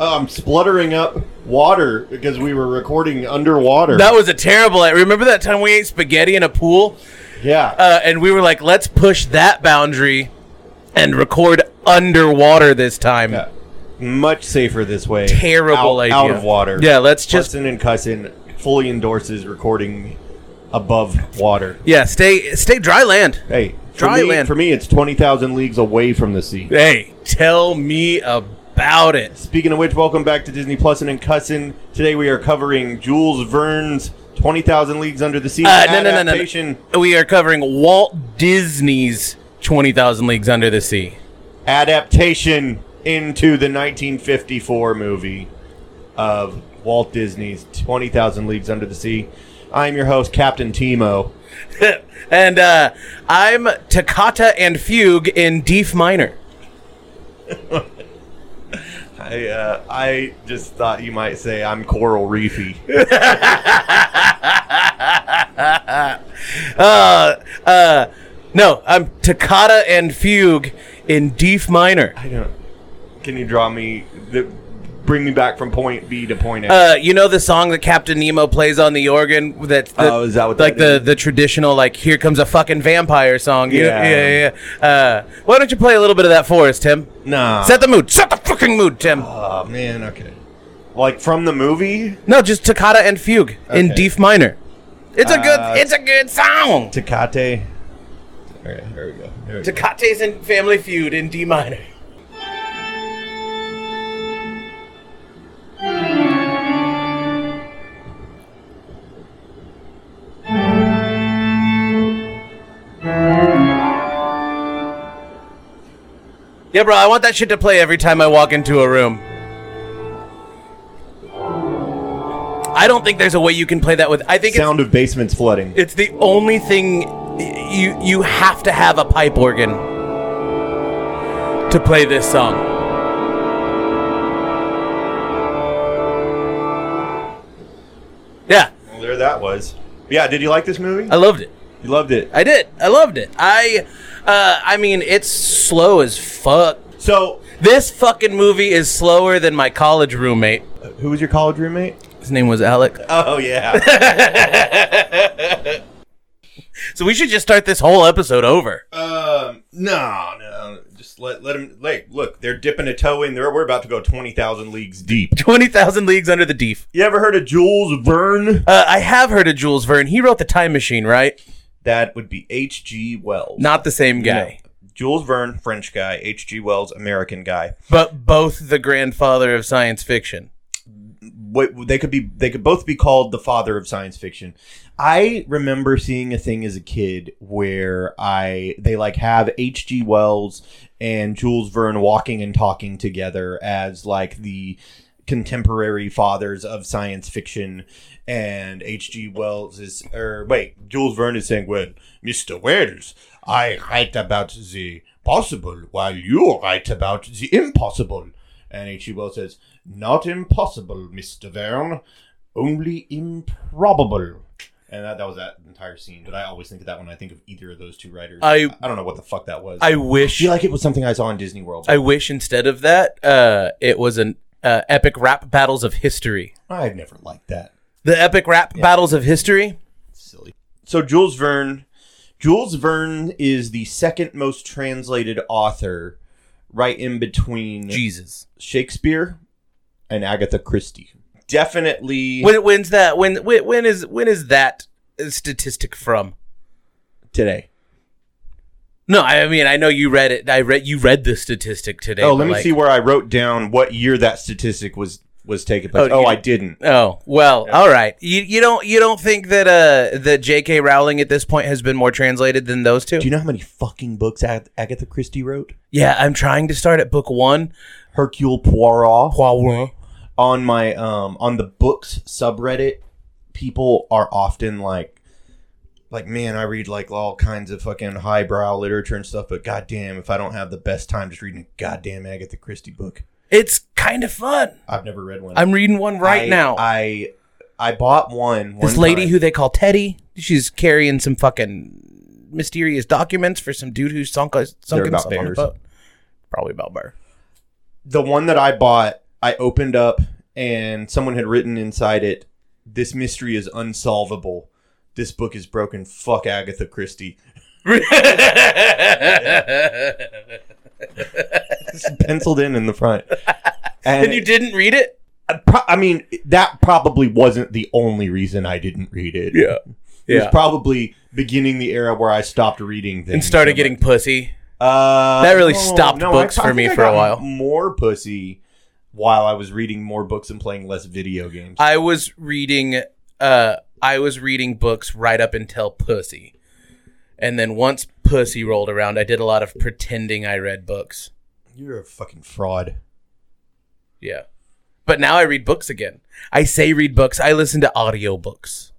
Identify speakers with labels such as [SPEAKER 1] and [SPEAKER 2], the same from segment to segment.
[SPEAKER 1] I'm spluttering up water because we were recording underwater.
[SPEAKER 2] That was a terrible. I remember that time we ate spaghetti in a pool,
[SPEAKER 1] yeah.
[SPEAKER 2] uh, and we were like, "Let's push that boundary and record underwater this time."
[SPEAKER 1] Yeah. Much safer this way.
[SPEAKER 2] Terrible
[SPEAKER 1] out,
[SPEAKER 2] idea.
[SPEAKER 1] Out of water.
[SPEAKER 2] Yeah, let's just.
[SPEAKER 1] Justin and Cussin fully endorses recording above water.
[SPEAKER 2] Yeah, stay stay dry land.
[SPEAKER 1] Hey,
[SPEAKER 2] Dry
[SPEAKER 1] for me,
[SPEAKER 2] land.
[SPEAKER 1] For me, it's 20,000 leagues away from the sea.
[SPEAKER 2] Hey, tell me about it.
[SPEAKER 1] Speaking of which, welcome back to Disney Plus and Cussin. Today we are covering Jules Verne's 20,000 Leagues Under the Sea
[SPEAKER 2] Uh, no, no, no, no,
[SPEAKER 1] adaptation.
[SPEAKER 2] no. We are covering Walt Disney's 20,000 Leagues Under the Sea.
[SPEAKER 1] Adaptation into the 1954 movie of Walt Disney's 20,000 Leagues Under the Sea. I'm your host, Captain Timo.
[SPEAKER 2] and uh, I'm Toccata and Fugue in D minor.
[SPEAKER 1] I, uh, I just thought you might say I'm Coral Reefy.
[SPEAKER 2] Uh, uh, no, I'm Toccata and Fugue in D minor.
[SPEAKER 1] I don't. Can you draw me? The, bring me back from point B to point A.
[SPEAKER 2] Uh, you know the song that Captain Nemo plays on the organ? That's the,
[SPEAKER 1] Oh, is that what
[SPEAKER 2] like
[SPEAKER 1] that
[SPEAKER 2] the,
[SPEAKER 1] is?
[SPEAKER 2] the traditional like "Here Comes a Fucking Vampire" song? You-
[SPEAKER 1] Yeah.
[SPEAKER 2] yeah, yeah. Uh, why don't you play a little bit of that for us, Tim?
[SPEAKER 1] nah.
[SPEAKER 2] Set the mood. Set the fucking mood, Tim.
[SPEAKER 1] oh man. Okay. Like from the movie
[SPEAKER 2] No, just Toccata and Fugue in
[SPEAKER 1] Okay.
[SPEAKER 2] D minor. It's a good.
[SPEAKER 1] Uh,
[SPEAKER 2] It's a good song.
[SPEAKER 1] Tecate. All right. Here we go. Here we go.
[SPEAKER 2] Teccate's in Family Feud in D minor. Yeah, bro, I want that shit to play every time I walk into a room. I don't think there's a way you can play that with. I think it's
[SPEAKER 1] Sound of basements flooding.
[SPEAKER 2] it's the only thing you you have to have a pipe organ to play this song. Yeah,
[SPEAKER 1] Well, there that was. Yeah. Did you like this movie?
[SPEAKER 2] I loved it.
[SPEAKER 1] you loved it.
[SPEAKER 2] I did. I loved it. I uh, I mean, it's slow as fuck.
[SPEAKER 1] So,
[SPEAKER 2] This fucking movie is slower than my college roommate.
[SPEAKER 1] who was your college roommate?
[SPEAKER 2] His name was Alec.
[SPEAKER 1] Oh yeah.
[SPEAKER 2] So we should just start this whole episode over.
[SPEAKER 1] um. No. No. Just let let him. Like, look, they're dipping a toe in there. We're about to go twenty thousand leagues deep.
[SPEAKER 2] Twenty thousand leagues under the deep.
[SPEAKER 1] You ever heard of Jules Verne?
[SPEAKER 2] Uh, I have heard of Jules Verne. He wrote the Time Machine, right?
[SPEAKER 1] That would be H.G. Wells.
[SPEAKER 2] Not the same guy,
[SPEAKER 1] No. Jules Verne, French guy. H.G. Wells, American guy.
[SPEAKER 2] but both the grandfather of science fiction.
[SPEAKER 1] What they could be, they could both be called the father of science fiction. I remember seeing a thing as a kid where I they like have H.G. Wells and Jules Verne walking and talking together as like the contemporary fathers of science fiction and H.G. Wells is or wait, Jules Verne is saying, "Well, Mr. Wells, I write about the possible while you write about the impossible." And H.G. Wells says, "Not impossible, Mr. Verne, only improbable." And that, that was that entire scene. But I always think of that when I think of either of those two writers.
[SPEAKER 2] I-
[SPEAKER 1] I don't know what the fuck that was.
[SPEAKER 2] I wish,
[SPEAKER 1] feel like it was something I saw in Disney World.
[SPEAKER 2] I wish instead of that, uh, it was an uh, epic rap battles of history.
[SPEAKER 1] I've never liked that.
[SPEAKER 2] The epic rap battles of history.
[SPEAKER 1] silly. So Jules Verne, Jules Verne is the second most translated author, right in between
[SPEAKER 2] Jesus.
[SPEAKER 1] Shakespeare and Agatha Christie. Definitely
[SPEAKER 2] When when's that? When when when is when is that statistic from?
[SPEAKER 1] today.
[SPEAKER 2] No, I mean I know you read it. I read you read the statistic today.
[SPEAKER 1] Oh,
[SPEAKER 2] but
[SPEAKER 1] let me
[SPEAKER 2] like-
[SPEAKER 1] see where I wrote down what year that statistic was was taken place.
[SPEAKER 2] Oh,
[SPEAKER 1] Oh,
[SPEAKER 2] you-
[SPEAKER 1] I didn't.
[SPEAKER 2] Oh well, all right. You you don't you don't think that uh that J.K. Rowling at this point has been more translated than those two?
[SPEAKER 1] Do you know how many fucking books Ag- Agatha Christie wrote?
[SPEAKER 2] yeah, I'm trying to start at book one.
[SPEAKER 1] Hercule Poirot.
[SPEAKER 2] Poirot.
[SPEAKER 1] on my um on the books subreddit people are often like like man i read like all kinds of fucking highbrow literature and stuff but goddamn if i don't have the best time just reading a goddamn agatha christie book
[SPEAKER 2] It's kind of fun.
[SPEAKER 1] i've never read one
[SPEAKER 2] I'm reading one right
[SPEAKER 1] I-
[SPEAKER 2] now.
[SPEAKER 1] i I bought one.
[SPEAKER 2] This
[SPEAKER 1] one
[SPEAKER 2] lady
[SPEAKER 1] time.
[SPEAKER 2] who they call Teddy, she's carrying some fucking mysterious documents for some dude who sunk sunk
[SPEAKER 1] They're about
[SPEAKER 2] himself on a
[SPEAKER 1] bears.
[SPEAKER 2] boat. Probably about bear.
[SPEAKER 1] the one that I bought, I opened up and someone had written inside it, "This mystery is unsolvable. This book is broken. Fuck Agatha Christie." It's penciled in in the front. And,
[SPEAKER 2] and you didn't read it?
[SPEAKER 1] I pro- I mean, that probably wasn't the only reason I didn't read it.
[SPEAKER 2] Yeah.
[SPEAKER 1] It was probably beginning the era where I stopped reading things
[SPEAKER 2] and started
[SPEAKER 1] I'm
[SPEAKER 2] getting
[SPEAKER 1] like,
[SPEAKER 2] pussy.
[SPEAKER 1] uh,
[SPEAKER 2] that really stopped books for me
[SPEAKER 1] think
[SPEAKER 2] for a
[SPEAKER 1] got
[SPEAKER 2] while.
[SPEAKER 1] More pussy while I was reading more books and playing less video games.
[SPEAKER 2] I was reading uh I was reading books right up until Pussy. And then once Pussy rolled around, I did a lot of pretending I read books.
[SPEAKER 1] You're a fucking fraud.
[SPEAKER 2] Yeah. But now I read books again. I say read books. I listen to audiobooks.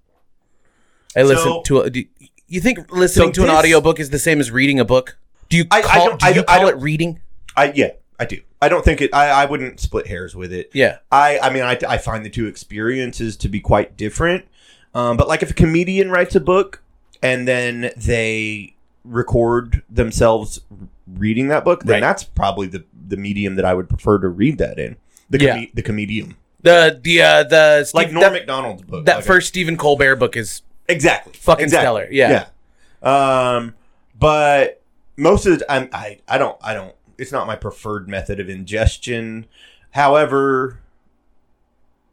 [SPEAKER 2] I listen
[SPEAKER 1] So-
[SPEAKER 2] to a, do, You think listening
[SPEAKER 1] So
[SPEAKER 2] to an
[SPEAKER 1] this-
[SPEAKER 2] audiobook is the same as reading a book? Do you
[SPEAKER 1] I- I
[SPEAKER 2] call,
[SPEAKER 1] don't-
[SPEAKER 2] do
[SPEAKER 1] I
[SPEAKER 2] you
[SPEAKER 1] don't- I
[SPEAKER 2] call it
[SPEAKER 1] don't-
[SPEAKER 2] reading?
[SPEAKER 1] I yeah, I do. I don't think it. I, I wouldn't split hairs with it.
[SPEAKER 2] Yeah.
[SPEAKER 1] I I mean I, I find the two experiences to be quite different. Um, but like if a comedian writes a book and then they record themselves reading that book, then
[SPEAKER 2] Right.
[SPEAKER 1] that's probably the the medium that I would prefer to read that in. The com-
[SPEAKER 2] Yeah.
[SPEAKER 1] the comedium,
[SPEAKER 2] The the uh, the Steve-
[SPEAKER 1] like Norm
[SPEAKER 2] that,
[SPEAKER 1] Macdonald's book,
[SPEAKER 2] that
[SPEAKER 1] like a-
[SPEAKER 2] first Stephen Colbert book is
[SPEAKER 1] exactly
[SPEAKER 2] fucking
[SPEAKER 1] exactly.
[SPEAKER 2] stellar. Yeah.
[SPEAKER 1] Yeah. Um, but most of the time, I, I don't, I don't, it's not my preferred method of ingestion. However,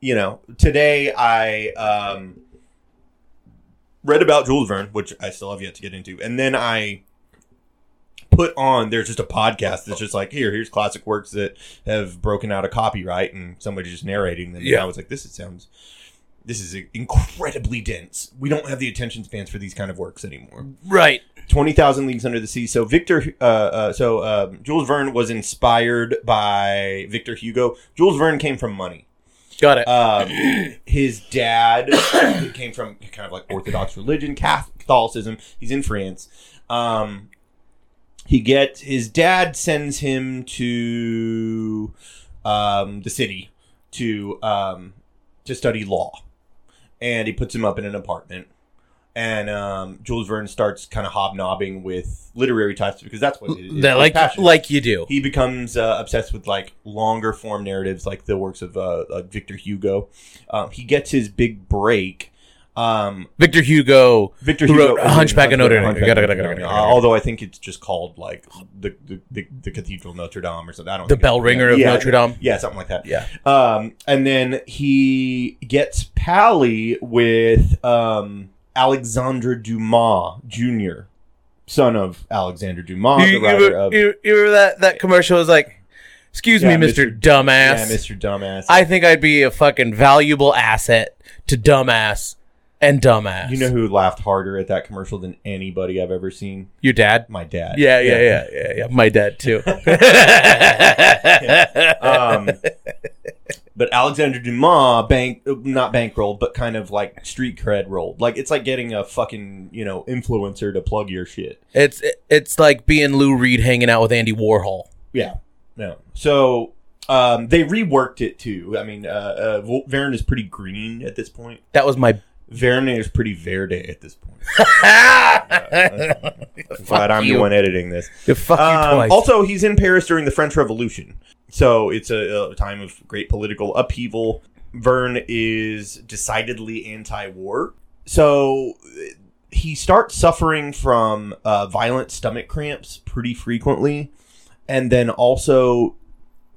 [SPEAKER 1] you know, today I, um, read about Jules Verne, which I still have yet to get into. And then I put on, there's just a podcast that's just like, here, here's classic works that have broken out of copyright and somebody just narrating them.
[SPEAKER 2] Yeah.
[SPEAKER 1] And I was like, this sounds, this is incredibly dense. We don't have the attention spans for these kind of works anymore.
[SPEAKER 2] Right.
[SPEAKER 1] Twenty Thousand Leagues Under the Sea. So Victor, uh, uh, so um, Jules Verne was inspired by Victor Hugo. Jules Verne came from money.
[SPEAKER 2] Got it.
[SPEAKER 1] Um, his dad came from kind of like Orthodox religion, Catholicism. He's in France. Um, he gets his dad sends him to um, the city to um, to study law, and he puts him up in an apartment. And um, Jules Verne starts kind of hobnobbing with literary types because that's what his-
[SPEAKER 2] that
[SPEAKER 1] his
[SPEAKER 2] like
[SPEAKER 1] passion is
[SPEAKER 2] like you do.
[SPEAKER 1] he becomes uh, obsessed with like longer form narratives like the works of uh, uh, victor hugo um, he gets his big break um,
[SPEAKER 2] Victor Hugo.
[SPEAKER 1] victor
[SPEAKER 2] Who
[SPEAKER 1] hugo
[SPEAKER 2] wrote Hunchback of Notre Dame.
[SPEAKER 1] Hunchback of
[SPEAKER 2] Gotta- gotta-
[SPEAKER 1] Notre Dame.
[SPEAKER 2] gotta-
[SPEAKER 1] Uh,
[SPEAKER 2] gotta-
[SPEAKER 1] although i think it's just called like the, the, the, the cathedral of notre dame or something i don't
[SPEAKER 2] The
[SPEAKER 1] think
[SPEAKER 2] bell
[SPEAKER 1] it's-
[SPEAKER 2] ringer of
[SPEAKER 1] yeah,
[SPEAKER 2] Notre Dame.
[SPEAKER 1] yeah something like that
[SPEAKER 2] Yeah.
[SPEAKER 1] um, and then he gets pally with um, alexandre dumas jr son of alexander dumas the
[SPEAKER 2] You, you,
[SPEAKER 1] writer of
[SPEAKER 2] you- you remember that that commercial was like, "Excuse
[SPEAKER 1] Yeah,
[SPEAKER 2] me, Mister
[SPEAKER 1] Mr.
[SPEAKER 2] Dumbass.
[SPEAKER 1] yeah, mr dumbass
[SPEAKER 2] I think I'd be a fucking valuable asset to dumbass and dumbass.
[SPEAKER 1] You know who laughed harder at that commercial than anybody I've ever seen?
[SPEAKER 2] your dad?
[SPEAKER 1] My dad.
[SPEAKER 2] Yeah, yeah, yeah, yeah, yeah. My dad too.
[SPEAKER 1] Um, but Alexander Dumas bank not bankrolled, but kind of like street cred rolled. Like it's like getting a fucking you know influencer to plug your shit.
[SPEAKER 2] it's it's like being Lou Reed hanging out with Andy Warhol.
[SPEAKER 1] Yeah. No. So um, they reworked it too. I mean, uh, uh, Vol- Verne is pretty green at this point.
[SPEAKER 2] That was my.
[SPEAKER 1] Verne is pretty verde at this point. I'm glad I'm
[SPEAKER 2] you.
[SPEAKER 1] the one editing this.
[SPEAKER 2] Fuck you
[SPEAKER 1] Um,
[SPEAKER 2] twice.
[SPEAKER 1] also, he's in Paris during the French Revolution, so it's a, a time of great political upheaval. Verne is decidedly anti-war, so uh, he starts suffering from uh, violent stomach cramps pretty frequently, and then also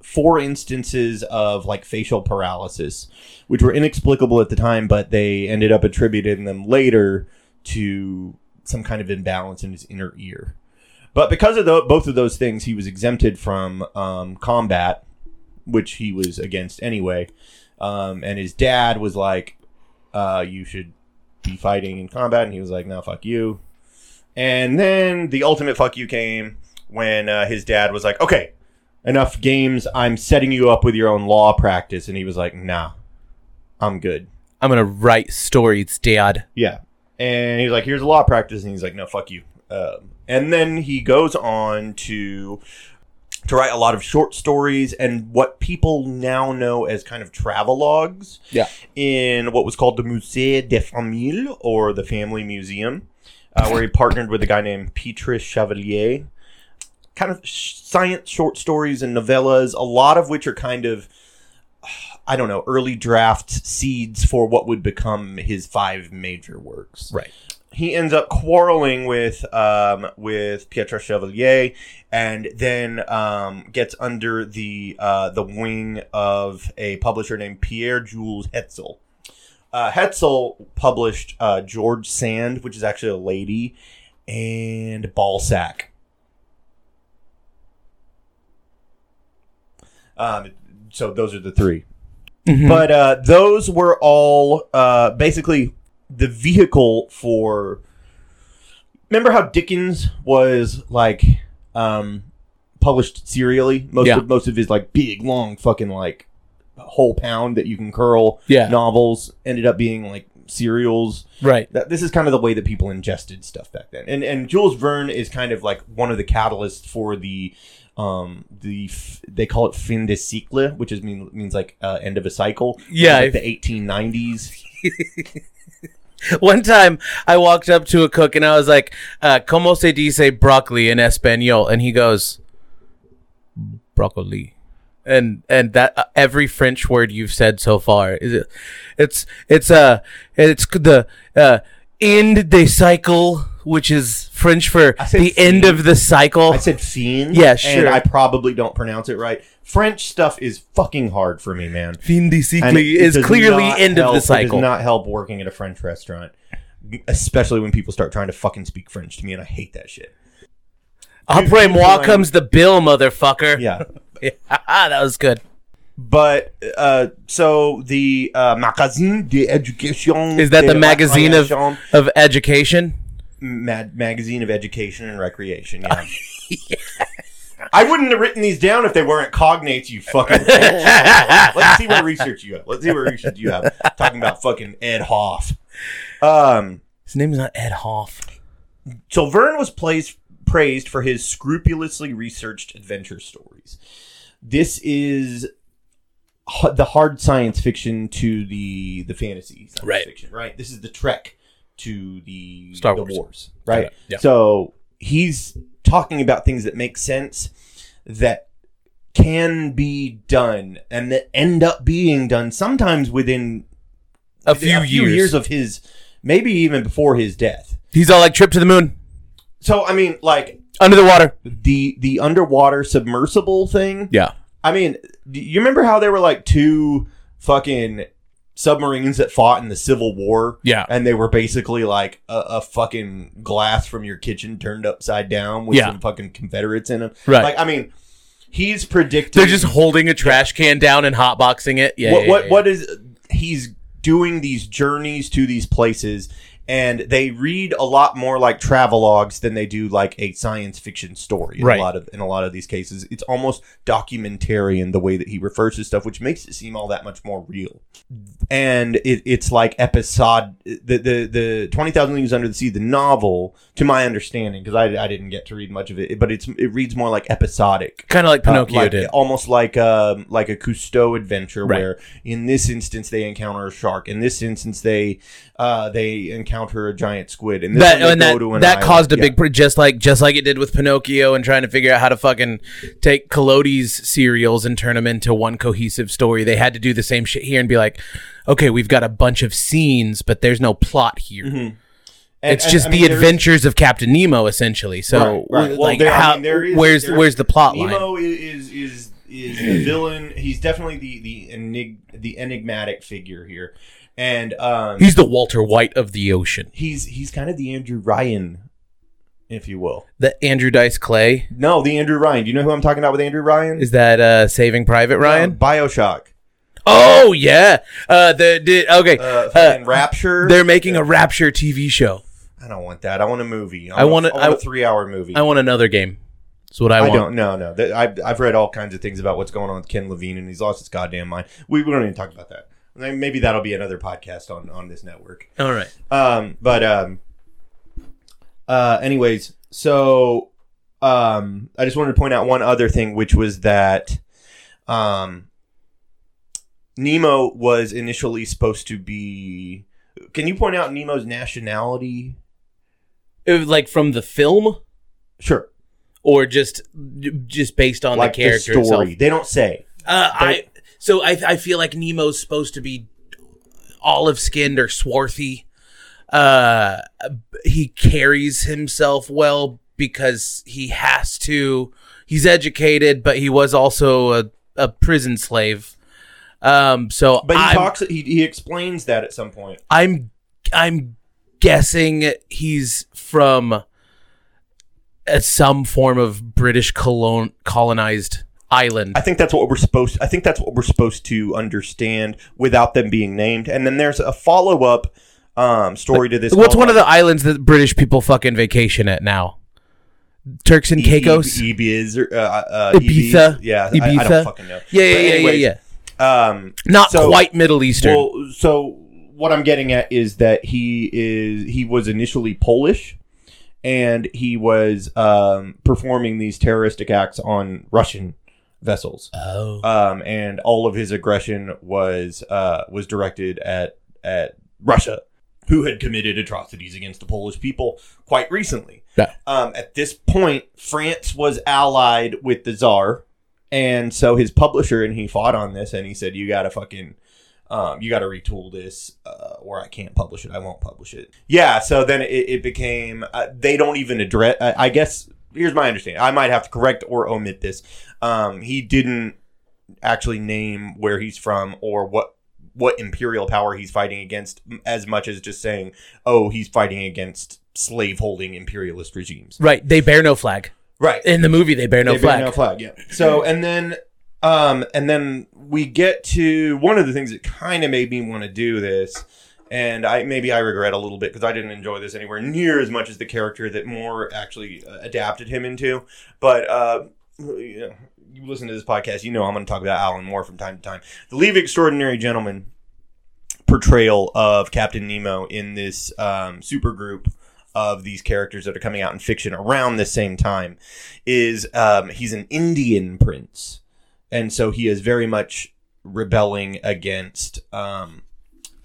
[SPEAKER 1] four instances of like facial paralysis, which were inexplicable at the time, but they ended up attributing them later to some kind of imbalance in his inner ear. But because of tho- both of those things, he was exempted from um, combat, which he was against anyway. Um, and his dad was like, uh, "You should be fighting in combat," and he was like, "No, fuck you." And then the ultimate fuck you came when uh, his dad was like, "Okay, enough games. I'm setting you up with your own law practice," and he was like, "Nah, I'm good."
[SPEAKER 2] I'm gonna write stories, Dad.
[SPEAKER 1] Yeah. And he's like, here's a law practice. And he's like, no, fuck you. Um, and then he goes on to to write a lot of short stories and what people now know as kind of travelogues
[SPEAKER 2] Yeah.
[SPEAKER 1] in what was called the Musée des Familles or the Family Museum, uh, where he partnered with a guy named Petrus Chevalier. Kind of sh- science short stories and novellas, a lot of which are kind of, I don't know, early drafts, seeds for what would become his five major works
[SPEAKER 2] Right.
[SPEAKER 1] he ends up quarreling with um, with Pietro Chevalier, and then um, gets under the uh, the wing of a publisher named Pierre Jules Hetzel. Uh, Hetzel published uh, George Sand, which is actually a lady, and Ballsack. Um, so those are the three
[SPEAKER 2] But
[SPEAKER 1] but uh, those were all uh, basically the vehicle for. Remember how Dickens was like um, published serially? Most
[SPEAKER 2] Yeah.
[SPEAKER 1] of most of his like big, long, fucking like whole pound that you can curl
[SPEAKER 2] yeah.
[SPEAKER 1] novels ended up being like serials.
[SPEAKER 2] Right.
[SPEAKER 1] That this is kind of the way that people ingested stuff back then. And and Jules Verne is kind of like one of the catalysts for the um the f- they call it fin de cycle, which is mean, means like uh, end of a cycle.
[SPEAKER 2] Yeah,
[SPEAKER 1] like the 1890s.
[SPEAKER 2] One time I walked up to a cook and I was like, uh, como se dice broccoli in Espanol? And he goes, broccoli. And and that uh, every French word you've said so far is it, it's it's uh it's c- the uh, end de cycle, which is French for
[SPEAKER 1] said
[SPEAKER 2] the end
[SPEAKER 1] fin.
[SPEAKER 2] of the cycle.
[SPEAKER 1] I said fin.
[SPEAKER 2] Yeah, sure.
[SPEAKER 1] And I probably don't pronounce it right. French stuff is fucking hard for me, man.
[SPEAKER 2] fin de
[SPEAKER 1] And
[SPEAKER 2] cycle
[SPEAKER 1] it
[SPEAKER 2] is
[SPEAKER 1] does
[SPEAKER 2] clearly
[SPEAKER 1] not
[SPEAKER 2] end
[SPEAKER 1] help-
[SPEAKER 2] of the
[SPEAKER 1] It does
[SPEAKER 2] cycle.
[SPEAKER 1] not help working at a French restaurant, especially when people start trying to fucking speak French to me, and I hate that shit.
[SPEAKER 2] Après moi
[SPEAKER 1] Usually-
[SPEAKER 2] comes the bill, motherfucker.
[SPEAKER 1] Yeah.
[SPEAKER 2] that was good.
[SPEAKER 1] But uh, so the uh, magazine de education
[SPEAKER 2] Is that
[SPEAKER 1] de
[SPEAKER 2] the magazine of-
[SPEAKER 1] recreation-
[SPEAKER 2] Of education.
[SPEAKER 1] Mag- magazine of education and recreation? Yeah. I wouldn't have written these down if they weren't cognates. You fucking. Let's see what research you have. Let's see what research you have. Talking about fucking Ed Hoff. Um.
[SPEAKER 2] His name is not Ed Hoff.
[SPEAKER 1] So Verne was placed, praised for his scrupulously researched adventure stories. This is h- the hard science fiction to the the fantasy science
[SPEAKER 2] Right.
[SPEAKER 1] fiction, right? This is the trek to the
[SPEAKER 2] Star
[SPEAKER 1] the
[SPEAKER 2] Wars.
[SPEAKER 1] wars, right?
[SPEAKER 2] Yeah, yeah.
[SPEAKER 1] So he's talking about things that make sense that can be done and that end up being done sometimes within
[SPEAKER 2] A
[SPEAKER 1] within
[SPEAKER 2] few, years.
[SPEAKER 1] of his maybe even before his death.
[SPEAKER 2] He's all like trip to the moon,
[SPEAKER 1] So I mean like
[SPEAKER 2] under the water.
[SPEAKER 1] the the underwater submersible thing.
[SPEAKER 2] Yeah.
[SPEAKER 1] I mean, do you remember how there were like two fucking submarines that fought in the Civil War?
[SPEAKER 2] Yeah.
[SPEAKER 1] And they were basically like a, a fucking glass from your kitchen turned upside down with
[SPEAKER 2] Yeah.
[SPEAKER 1] some fucking Confederates in them.
[SPEAKER 2] Right.
[SPEAKER 1] Like, I mean, he's predicting.
[SPEAKER 2] They're just holding a trash can down and hotboxing it. Yeah.
[SPEAKER 1] what
[SPEAKER 2] yeah,
[SPEAKER 1] what
[SPEAKER 2] yeah,
[SPEAKER 1] what is he's doing these journeys to these places and they read a lot more like travelogues than they do like a science fiction story in
[SPEAKER 2] Right.
[SPEAKER 1] a lot of in a lot of these cases it's almost documentary in the way that he refers to stuff which makes it seem all that much more real and it, it's like episode the the, the 20000 leagues under the sea the novel to my understanding because I, I didn't get to read much of it but it's it reads more like episodic
[SPEAKER 2] Kind of like
[SPEAKER 1] uh,
[SPEAKER 2] Pinocchio
[SPEAKER 1] like-
[SPEAKER 2] did.
[SPEAKER 1] almost like um like a Cousteau adventure,
[SPEAKER 2] Right.
[SPEAKER 1] where in this instance they encounter a shark, in this instance they uh, they encounter a giant squid, and this
[SPEAKER 2] That
[SPEAKER 1] one
[SPEAKER 2] and
[SPEAKER 1] they
[SPEAKER 2] that,
[SPEAKER 1] go to an
[SPEAKER 2] that
[SPEAKER 1] island.
[SPEAKER 2] caused a
[SPEAKER 1] Yeah.
[SPEAKER 2] big pr- just like just like it did with Pinocchio and trying to figure out how to fucking take Collodi's cereals and turn them into one cohesive story. They had to do the same shit here and be like, okay, we've got a bunch of scenes, but there's no plot here.
[SPEAKER 1] And-
[SPEAKER 2] it's
[SPEAKER 1] and,
[SPEAKER 2] just
[SPEAKER 1] I mean,
[SPEAKER 2] the
[SPEAKER 1] there's-
[SPEAKER 2] adventures of Captain Nemo, essentially. So,
[SPEAKER 1] Right, right.
[SPEAKER 2] like,
[SPEAKER 1] Well, there- I
[SPEAKER 2] how,
[SPEAKER 1] mean, there is-
[SPEAKER 2] where's
[SPEAKER 1] there-
[SPEAKER 2] where's the plot line?
[SPEAKER 1] Nemo i- is is is the villain. He's definitely the the enig- the enigmatic figure here, and um,
[SPEAKER 2] He's the Walter White of the ocean,
[SPEAKER 1] he's he's kind of the Andrew Ryan, if you will.
[SPEAKER 2] the Andrew Dice Clay.
[SPEAKER 1] No, the Andrew Ryan. Do you know who I'm talking about with Andrew Ryan?
[SPEAKER 2] Is that uh, Saving Private Ryan?
[SPEAKER 1] Bioshock,
[SPEAKER 2] oh yeah, uh, the, the okay.
[SPEAKER 1] uh,
[SPEAKER 2] Uh,
[SPEAKER 1] fucking Rapture.
[SPEAKER 2] they're making a Rapture TV show.
[SPEAKER 1] I don't want that. I want a movie.
[SPEAKER 2] I
[SPEAKER 1] I want,
[SPEAKER 2] wanna-
[SPEAKER 1] a- I want a
[SPEAKER 2] I-
[SPEAKER 1] three-hour movie.
[SPEAKER 2] I
[SPEAKER 1] I,
[SPEAKER 2] want another game. That's what I want.
[SPEAKER 1] don't. No, no. Th- I've, I've read all kinds of things about what's going on with Ken Levine, and he's lost his goddamn mind. We, we don't even talk about that. May- Maybe that'll be another podcast on on this network.
[SPEAKER 2] All right.
[SPEAKER 1] Um, but um, uh, anyways, so um, I just wanted to point out one other thing, which was that um, Nemo was initially supposed to be. Can you point out Nemo's nationality?
[SPEAKER 2] It was, like from the film,
[SPEAKER 1] Sure,
[SPEAKER 2] or just just based on
[SPEAKER 1] like
[SPEAKER 2] the
[SPEAKER 1] the,
[SPEAKER 2] character
[SPEAKER 1] story.
[SPEAKER 2] itself.
[SPEAKER 1] They don't say.
[SPEAKER 2] Uh, I so I I feel like Nemo's supposed to be olive skinned or swarthy. Uh, he carries himself well because he has to. He's educated, but he was also a, a prison slave. Um, so
[SPEAKER 1] But he
[SPEAKER 2] I'm,
[SPEAKER 1] talks. He, he explains that at some point.
[SPEAKER 2] I'm I'm guessing he's from uh, some form of British colon colonized island.
[SPEAKER 1] I think that's what we're supposed. I think that's what we're supposed to understand without them being named. And then there's a follow up um, story to this.
[SPEAKER 2] What's one of the islands that British people fucking vacation at now? Turks and Caicos.
[SPEAKER 1] Ibiza, or, uh, uh, Ibiza.
[SPEAKER 2] Ibiza?
[SPEAKER 1] Yeah, I- I,
[SPEAKER 2] Ibiza?
[SPEAKER 1] don't fucking know.
[SPEAKER 2] Yeah, yeah,
[SPEAKER 1] But
[SPEAKER 2] yeah, yeah,
[SPEAKER 1] anyways,
[SPEAKER 2] yeah.
[SPEAKER 1] Um,
[SPEAKER 2] Not
[SPEAKER 1] so-
[SPEAKER 2] quite Middle Eastern.
[SPEAKER 1] well, so what I'm getting at is that he is he was initially Polish, and he was um, performing these terroristic acts on Russian vessels.
[SPEAKER 2] oh,
[SPEAKER 1] um, and all of his aggression was uh, was directed at at Russia, who had committed atrocities against the Polish people quite recently.
[SPEAKER 2] Yeah.
[SPEAKER 1] Um, at this point, France was allied with the Tsar, and so his publisher and he fought on this, and he said, "You got to fucking." Um, you got to retool this, uh, or I can't publish it. I won't publish it. Yeah. So then it, it became uh, they don't even address. I, I guess here's my understanding. I might have to correct or omit this. Um, he didn't actually name where he's from or what what imperial power he's fighting against m- as much as just saying oh he's fighting against slaveholding imperialist regimes
[SPEAKER 2] right. They bear no flag
[SPEAKER 1] right
[SPEAKER 2] in the movie. They bear no
[SPEAKER 1] They bear
[SPEAKER 2] flag.
[SPEAKER 1] no flag yeah so and then um and then we get to one of the things that kind of made me want to do this and I maybe I regret a little bit because I didn't enjoy this anywhere near as much as the character that Moore actually uh, adapted him into. But uh, you, know, you listen to this podcast, you know I'm going to talk about Alan Moore from time to time. The Leave Extraordinary Gentleman portrayal of Captain Nemo in this um, supergroup of these characters that are coming out in fiction around the same time is um, he's an Indian prince, and so he is very much rebelling against. Um,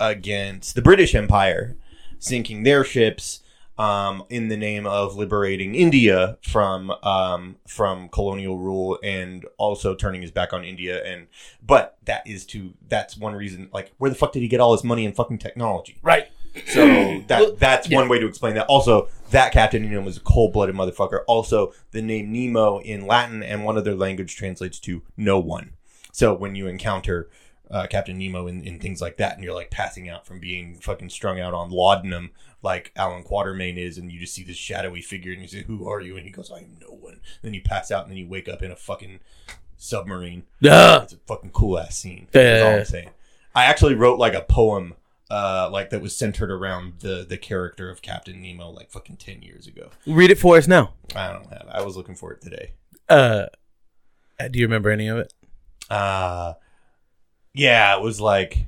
[SPEAKER 1] against the British Empire, sinking their ships um, in the name of liberating India from um, from colonial rule, and also turning his back on India. And but that is to that's one reason. Like, where the fuck did he get all his money and fucking technology?
[SPEAKER 2] Right.
[SPEAKER 1] So
[SPEAKER 2] Well,
[SPEAKER 1] that that's
[SPEAKER 2] yeah.
[SPEAKER 1] one way to explain that. Also, that Captain Nemo was a cold blooded motherfucker. Also, the name Nemo in Latin and one other language translates to no one. So when you encounter uh, Captain Nemo in, in things like that, and you're like passing out from being fucking strung out on laudanum, like Alan Quatermain is, and you just see this shadowy figure, and you say, "Who are you?" And he goes, "I am no one." Then you pass out, and then you wake up in a fucking submarine.
[SPEAKER 2] Ugh.
[SPEAKER 1] It's a fucking cool ass scene.
[SPEAKER 2] Yeah,
[SPEAKER 1] That's
[SPEAKER 2] yeah,
[SPEAKER 1] all
[SPEAKER 2] yeah.
[SPEAKER 1] I'm saying. I actually wrote like a poem, uh, like that was centered around the the character of Captain Nemo, like fucking ten years ago.
[SPEAKER 2] Read it for us now.
[SPEAKER 1] I don't have. it. I was looking for it today.
[SPEAKER 2] Uh, do you remember any of it?
[SPEAKER 1] Uh, yeah, it was like,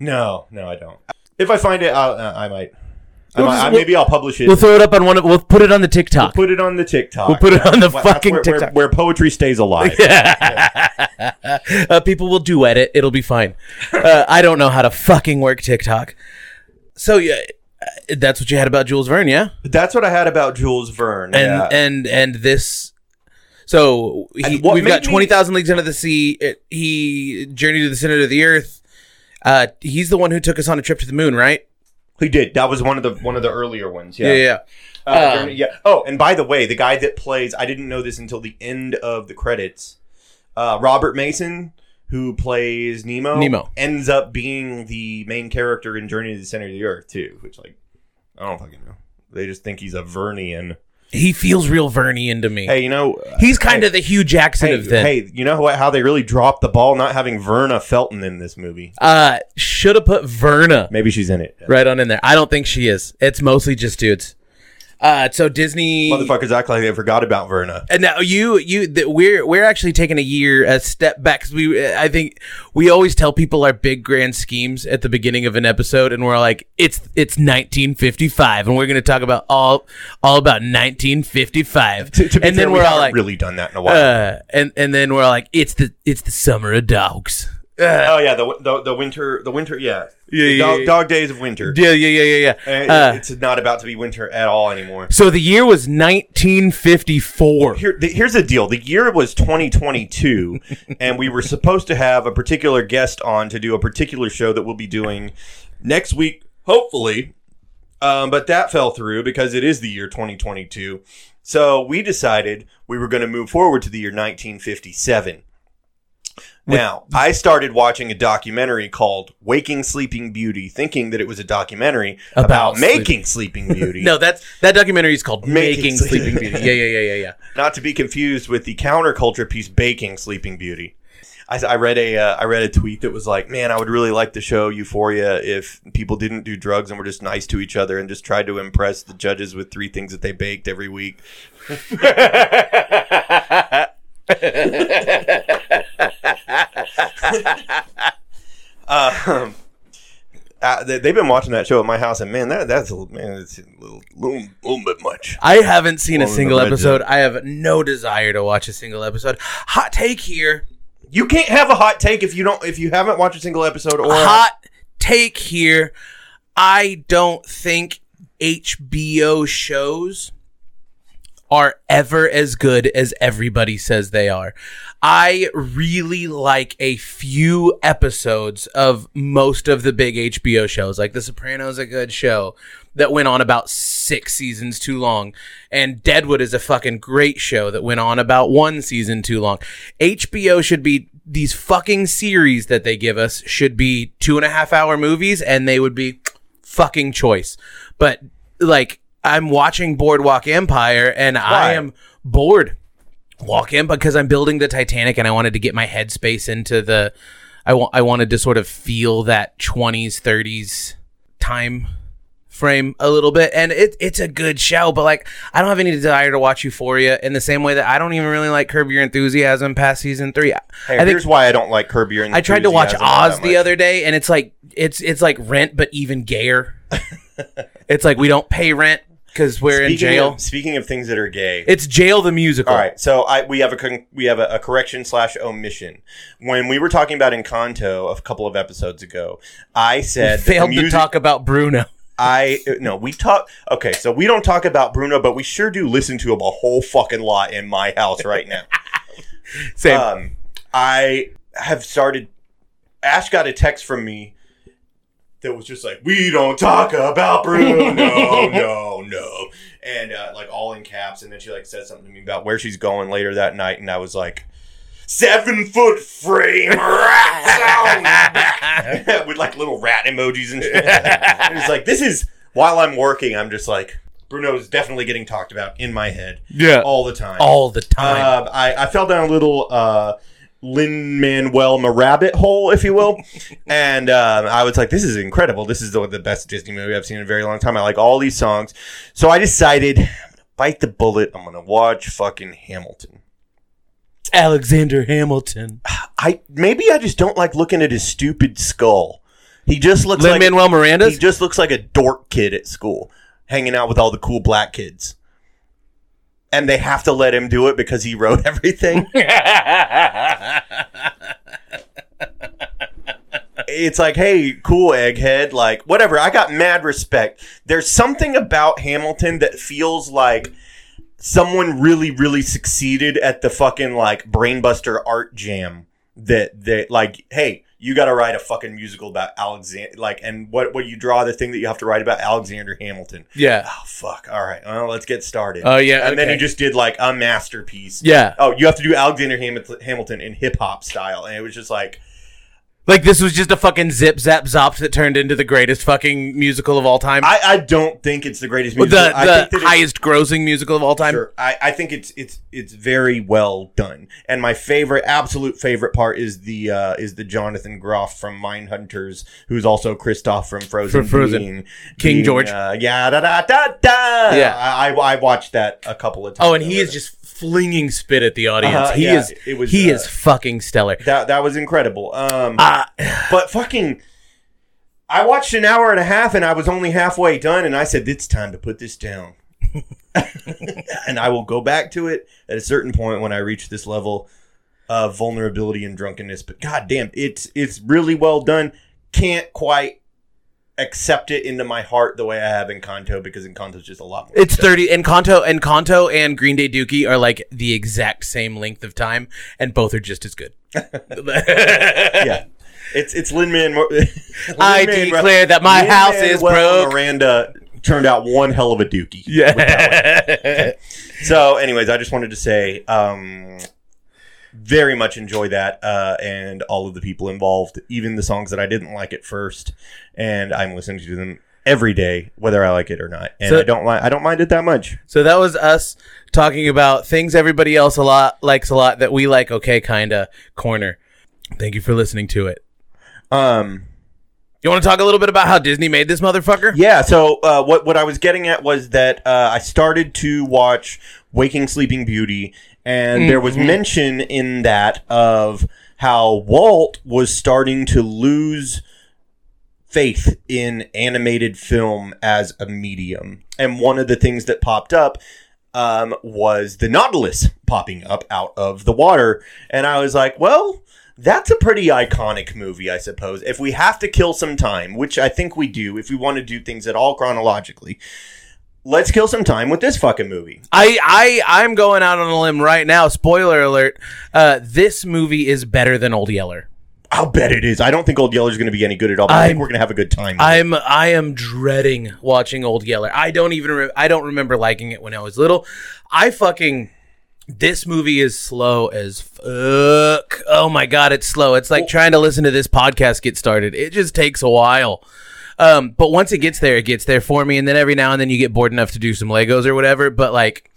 [SPEAKER 1] no, no, I don't. If I find it, I'll, uh, I might. I
[SPEAKER 2] We'll
[SPEAKER 1] might
[SPEAKER 2] just-
[SPEAKER 1] I,
[SPEAKER 2] we'll-
[SPEAKER 1] maybe I'll publish it.
[SPEAKER 2] We'll throw it up on one of. We'll put it on the
[SPEAKER 1] We'll
[SPEAKER 2] TikTok.
[SPEAKER 1] put it on the TikTok.
[SPEAKER 2] We'll put it on the
[SPEAKER 1] That's
[SPEAKER 2] fucking
[SPEAKER 1] where- where-
[SPEAKER 2] TikTok.
[SPEAKER 1] where poetry stays alive.
[SPEAKER 2] uh, people will duet it. It'll be fine. Uh, I don't know how to fucking work TikTok. So yeah, uh, that's what you had about Jules Verne, yeah?
[SPEAKER 1] That's what I had about Jules Verne.
[SPEAKER 2] And
[SPEAKER 1] yeah.
[SPEAKER 2] and and this. So he,
[SPEAKER 1] And what
[SPEAKER 2] we've got
[SPEAKER 1] made me-
[SPEAKER 2] twenty thousand leagues under the sea. It, he journeyed to the center of the earth. Uh, he's the one who took us on a trip to the moon, right?
[SPEAKER 1] he did. That was one of the one of the earlier ones. Uh,
[SPEAKER 2] yeah. Um,
[SPEAKER 1] Journey- yeah. Oh, and by the way, the guy that plays, I didn't know this until the end of the credits. Uh, Robert Mason, who plays Nemo,
[SPEAKER 2] Nemo.
[SPEAKER 1] ends up being the main character in Journey to the Center of the Earth, too, which, like, I don't fucking know. They just think he's a Vernian.
[SPEAKER 2] He feels real Vernian to me.
[SPEAKER 1] Hey, you know. uh,
[SPEAKER 2] he's kind of the Hugh Jackson
[SPEAKER 1] Hey,
[SPEAKER 2] of them.
[SPEAKER 1] hey, you know what, how they really dropped the ball not having Verna Felton in this movie?
[SPEAKER 2] Uh, should have put Verna.
[SPEAKER 1] Maybe she's in it.
[SPEAKER 2] right on in there. I don't think she is. It's mostly just dudes. Uh, so Disney.
[SPEAKER 1] Motherfuckers act like they forgot about Verna.
[SPEAKER 2] And now you, you, th- we're we're actually taking a year a step back because we, I think we always tell people our big grand schemes at the beginning of an episode, and we're like, it's it's 1955, and we're going to talk about all all about 1955,
[SPEAKER 1] To, to be
[SPEAKER 2] and
[SPEAKER 1] fair,
[SPEAKER 2] then
[SPEAKER 1] we
[SPEAKER 2] we're all
[SPEAKER 1] haven't
[SPEAKER 2] like,
[SPEAKER 1] really done that in a while.
[SPEAKER 2] uh, and and then we're like, it's the it's the summer of dogs. Uh,
[SPEAKER 1] oh yeah, the, the the winter, the winter, yeah,
[SPEAKER 2] Yeah,
[SPEAKER 1] The
[SPEAKER 2] yeah,
[SPEAKER 1] dog,
[SPEAKER 2] yeah.
[SPEAKER 1] dog days of winter.
[SPEAKER 2] yeah, yeah, yeah, yeah, yeah.
[SPEAKER 1] And
[SPEAKER 2] Uh,
[SPEAKER 1] it's not about to be winter at all anymore.
[SPEAKER 2] So the year was 1954.
[SPEAKER 1] Here, the, here's the deal. The year was 2022, and we were supposed to have a particular guest on to do a particular show that we'll be doing next week, hopefully. Um, but that fell through because it is the year 2022. So we decided we were going to move forward to the year 1957. Now, I started watching a documentary called Waking Sleeping Beauty, thinking that it was a documentary about,
[SPEAKER 2] About sleep-
[SPEAKER 1] making Sleeping Beauty.
[SPEAKER 2] No, that's that documentary is called
[SPEAKER 1] Making
[SPEAKER 2] Making,
[SPEAKER 1] Sleep-
[SPEAKER 2] Sleeping Beauty. Yeah, yeah, yeah, yeah, yeah.
[SPEAKER 1] not to be confused with the counterculture piece baking sleeping beauty I, I read a uh, I read a tweet that was like, "Man, I would really like the show Euphoria if people didn't do drugs and were just nice to each other and just tried to impress the judges with three things that they baked every week." Um, uh, they, they've been watching that show at my house, and man, that that's a, little- man, it's a little, little, little bit much.
[SPEAKER 2] I haven't seen a
[SPEAKER 1] Well,
[SPEAKER 2] single
[SPEAKER 1] the red
[SPEAKER 2] episode. I have no desire to watch a single episode. Hot take here.
[SPEAKER 1] You can't have a hot take if you don't if you haven't watched a single episode or
[SPEAKER 2] Hot take here. I don't think HBO shows are ever as good as everybody says they are. I really like a few episodes of most of the big HBO shows. Like The Sopranos a good show that went on about 6 seasons too long and Deadwood is a fucking great show that went on about 1 season too long. HBO should be these fucking series that they give us should be two and a half hour movies and they would be fucking choice. But like I'm watching Boardwalk Empire and
[SPEAKER 1] Why?
[SPEAKER 2] I am bored. Walk in because I'm building the Titanic and I wanted to get my headspace into the I want I wanted to sort of feel that 20s 30s time frame a little bit and it it's a good show but like I don't have any desire to watch Euphoria in the same way that I don't even really like Curb Your Enthusiasm past season 3.
[SPEAKER 1] Hey,
[SPEAKER 2] I think-
[SPEAKER 1] here's why I don't like Curb Your
[SPEAKER 2] I tried to watch
[SPEAKER 1] Enthusiasm all that
[SPEAKER 2] Oz the
[SPEAKER 1] much.
[SPEAKER 2] other day, and it's like it's it's like Rent, but even gayer. it's like we don't pay rent because we're in
[SPEAKER 1] Speaking
[SPEAKER 2] jail.
[SPEAKER 1] Of, speaking of things that are gay,
[SPEAKER 2] it's Jail the musical.
[SPEAKER 1] all right. So I we have a con- we have a, a correction slash omission. When we were talking about Encanto a couple of episodes ago, I
[SPEAKER 2] We
[SPEAKER 1] said that the
[SPEAKER 2] failed to
[SPEAKER 1] music-
[SPEAKER 2] talk about Bruno.
[SPEAKER 1] I no, we talk. Okay, so we don't talk about Bruno, but we sure do listen to him a whole fucking lot in my house right now.
[SPEAKER 2] Same.
[SPEAKER 1] Um, I have started. Ash got a text from me that was just like, "We don't talk about Bruno, no, no, no," and uh, like all in caps. And then she like said something to me about where she's going later that night, and I was like, seven foot frame rat sound with like little rat emojis and shit. And it's like this is while I'm working, I'm just like." Bruno is definitely getting talked about in my head
[SPEAKER 2] yeah.
[SPEAKER 1] all the time.
[SPEAKER 2] Uh, All the time.
[SPEAKER 1] Uh, I, I fell down a little uh, Lin Manuel rabbit hole, if you will, and um, I was like, "This is incredible. This is the, the best Disney movie I've seen in a very long time. I like all these songs." So I decided, I'm gonna bite the bullet. I'm gonna watch fucking Hamilton.
[SPEAKER 2] Alexander Hamilton.
[SPEAKER 1] I maybe I just don't like looking at his stupid skull. He just looks
[SPEAKER 2] Lin
[SPEAKER 1] like
[SPEAKER 2] Manuel Miranda's.
[SPEAKER 1] he just looks like a dork kid at school, hanging out with all the cool black kids. And they have to let him do it because he wrote everything. it's like, hey, cool egghead, like whatever. I got mad respect. There's something about Hamilton that feels like someone really, really succeeded at the fucking like brainbuster art jam. That they like, hey, you got to write a fucking musical about Alexander, like, and what what you draw the thing that you have to write about Alexander Hamilton.
[SPEAKER 2] yeah.
[SPEAKER 1] Oh fuck! All right, well, let's get started.
[SPEAKER 2] Oh yeah.
[SPEAKER 1] and then
[SPEAKER 2] okay.
[SPEAKER 1] he just did like a masterpiece.
[SPEAKER 2] yeah.
[SPEAKER 1] Oh, you have to do Alexander Hamil- Hamilton in hip hop style, and it was just like,
[SPEAKER 2] Like this was just a fucking zip zap zops that turned into the greatest fucking musical of all time.
[SPEAKER 1] I, I don't think it's the greatest
[SPEAKER 2] the
[SPEAKER 1] musical. I
[SPEAKER 2] the
[SPEAKER 1] think that it's-
[SPEAKER 2] highest grossing musical of all time.
[SPEAKER 1] Sure. I, I think it's it's it's very well done. And my favorite, absolute favorite part is the uh, is the Jonathan Groff from Mindhunters, who's also Kristoff from Frozen.
[SPEAKER 2] From Frozen.
[SPEAKER 1] being-
[SPEAKER 2] King
[SPEAKER 1] being,
[SPEAKER 2] George.
[SPEAKER 1] Uh, yeah, da da da da.
[SPEAKER 2] Yeah.
[SPEAKER 1] I, I I watched that a couple of times.
[SPEAKER 2] Oh, and he is just flinging spit at the audience.
[SPEAKER 1] Uh-huh,
[SPEAKER 2] he
[SPEAKER 1] yeah,
[SPEAKER 2] is
[SPEAKER 1] it was,
[SPEAKER 2] he
[SPEAKER 1] uh,
[SPEAKER 2] is fucking stellar.
[SPEAKER 1] that that was incredible. Um,
[SPEAKER 2] Uh,
[SPEAKER 1] but fucking. I watched an hour and a half and I was only halfway done and I said, it's time to put this down. and I will go back to it at a certain point when I reach this level of vulnerability and drunkenness. But goddamn, it's it's really well done. Can't quite accept it into my heart the way I have in Kanto because in Kanto's just a lot more.
[SPEAKER 2] it's 30 and Kanto and Kanto and Green Day Dookie are like the exact same length of time and both are just as good.
[SPEAKER 1] yeah. It's it's Lin Man.
[SPEAKER 2] I declare that my house is broke.
[SPEAKER 1] Miranda turned out one hell of a dookie. with that one.
[SPEAKER 2] Yeah.
[SPEAKER 1] So, anyways, I just wanted to say, um, very much enjoy that uh, and all of the people involved, even the songs that I didn't like at first, and I'm listening to them every day, whether I like it or not, and
[SPEAKER 2] So-
[SPEAKER 1] I don't mind. I don't mind it that much.
[SPEAKER 2] so that was us talking about things everybody else a lot likes a lot that we like okay kinda corner. Thank you for listening to it.
[SPEAKER 1] Um,
[SPEAKER 2] You want to talk a little bit about how Disney made this motherfucker?
[SPEAKER 1] yeah. So, uh, what what I was getting at was that uh, I started to watch Waking Sleeping Beauty, and there was mention in that of how Walt was starting to lose. faith in animated film as a medium. And one of the things that popped up um, was the Nautilus popping up out of the water. And I was like, well, that's a pretty iconic movie, I suppose. If we have to kill some time, which I think we do, if we want to do things at all chronologically, let's kill some time with this fucking movie.
[SPEAKER 2] I, I, I'm going out on a limb right now. Spoiler alert. Uh, this movie is better than Old Yeller.
[SPEAKER 1] I'll bet it is. I don't think Old Yeller's going to be any good at all, but i think
[SPEAKER 2] I'm-
[SPEAKER 1] we're going to have a good time. with it.
[SPEAKER 2] I'm, I am dreading watching Old Yeller. I don't even, re- I don't remember liking it when I was little. I fucking, this movie is slow as fuck. Oh my God, it's slow. It's like trying to listen to this podcast get started. It just takes a while. Um, but once it gets there, it gets there for me. And then every now and then you get bored enough to do some Legos or whatever. But like,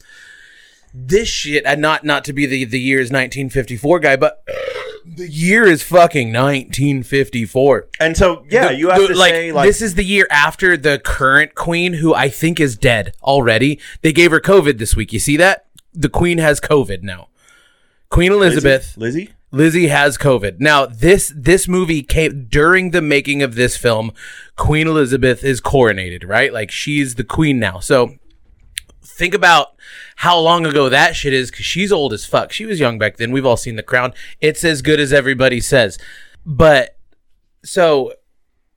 [SPEAKER 2] this shit and not not to be the the year is 1954 guy but the year is fucking 1954
[SPEAKER 1] and so, yeah,
[SPEAKER 2] the-
[SPEAKER 1] you have
[SPEAKER 2] the-
[SPEAKER 1] to
[SPEAKER 2] like,
[SPEAKER 1] say, like,
[SPEAKER 2] this is the year after the current queen, who I think is dead already. They gave her COVID this week. You see that? The queen has COVID now. Queen Elizabeth,
[SPEAKER 1] Lizzie?
[SPEAKER 2] Lizzie has COVID. Now, this this movie came during the making of this film. Queen Elizabeth is coronated, right? Like she's the queen now. So think about how long ago that shit is because she's old as fuck. She was young back then. We've all seen The Crown. It's as good as everybody says. But so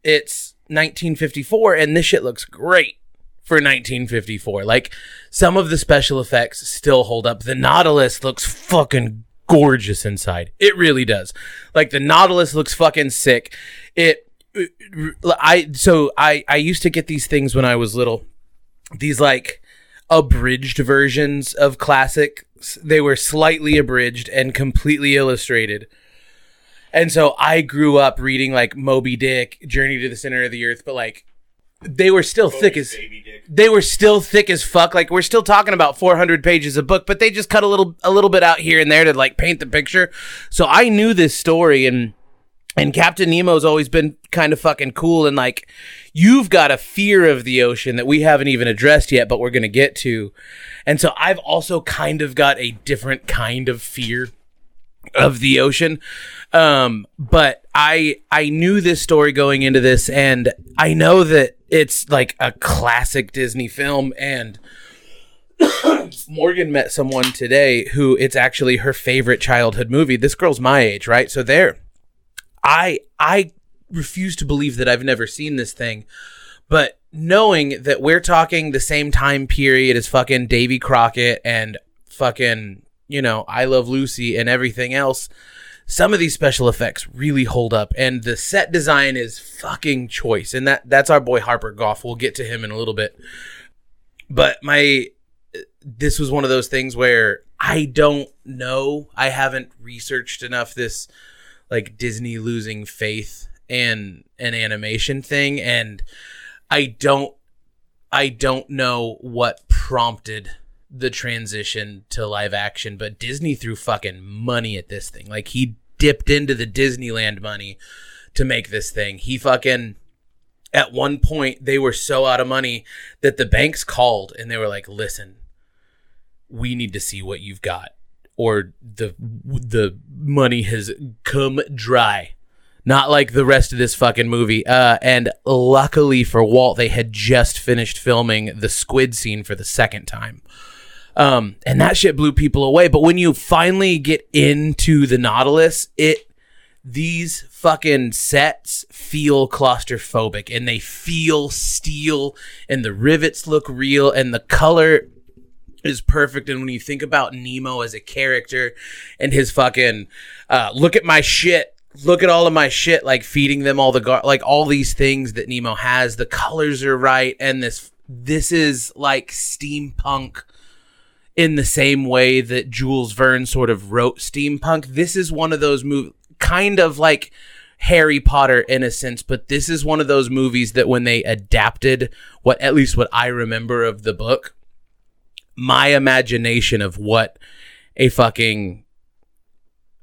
[SPEAKER 2] it's 1954, and this shit looks great for 1954. Like some of the special effects still hold up. The Nautilus looks fucking gorgeous inside. It really does. Like the Nautilus looks fucking sick. It I so I I used to get these things when I was little. These like abridged versions of classics. They were slightly abridged and completely illustrated. And so I grew up reading like Moby Dick, Journey to the Center of the Earth, but like they were still thick as they were still thick as fuck. Like we're still talking about 400 pages a book, but they just cut a little a little bit out here and there to like paint the picture. So I knew this story and and Captain Nemo's always been kind of fucking cool and like you've got a fear of the ocean that we haven't even addressed yet, but we're going to get to. And so I've also kind of got a different kind of fear of the ocean. Um, but I I knew this story going into this, and I know that it's like a classic Disney film. And Morgan met someone today who it's actually her favorite childhood movie. This girl's my age, right? So there, I I refuse to believe that I've never seen this thing, but knowing that we're talking the same time period as fucking Davy Crockett and fucking you know I Love Lucy and everything else some of these special effects really hold up and the set design is fucking choice and that that's our boy harper goff we'll get to him in a little bit but my this was one of those things where i don't know i haven't researched enough this like Disney losing faith in an animation thing and I don't I don't know what prompted the transition to live action, but Disney threw fucking money at this thing. Like he dipped into the Disneyland money to make this thing. He fucking at one point they were so out of money that the banks called and they were like, "Listen, we need to see what you've got or the the money has come dry." Not like the rest of this fucking movie. Uh, and luckily for Walt, they had just finished filming the squid scene for the second time. Um, and that shit blew people away. But when you finally get into the Nautilus, it these fucking sets feel claustrophobic and they feel steel and the rivets look real and the color is perfect and when you think about Nemo as a character and his fucking uh, look at my shit look at all of my shit like feeding them all the gar- like all these things that Nemo has the colors are right and this this is like steampunk in the same way that Jules Verne sort of wrote steampunk this is one of those movies kind of like Harry Potter in a sense, but this is one of those movies that when they adapted what at least what I remember of the book, my imagination of what a fucking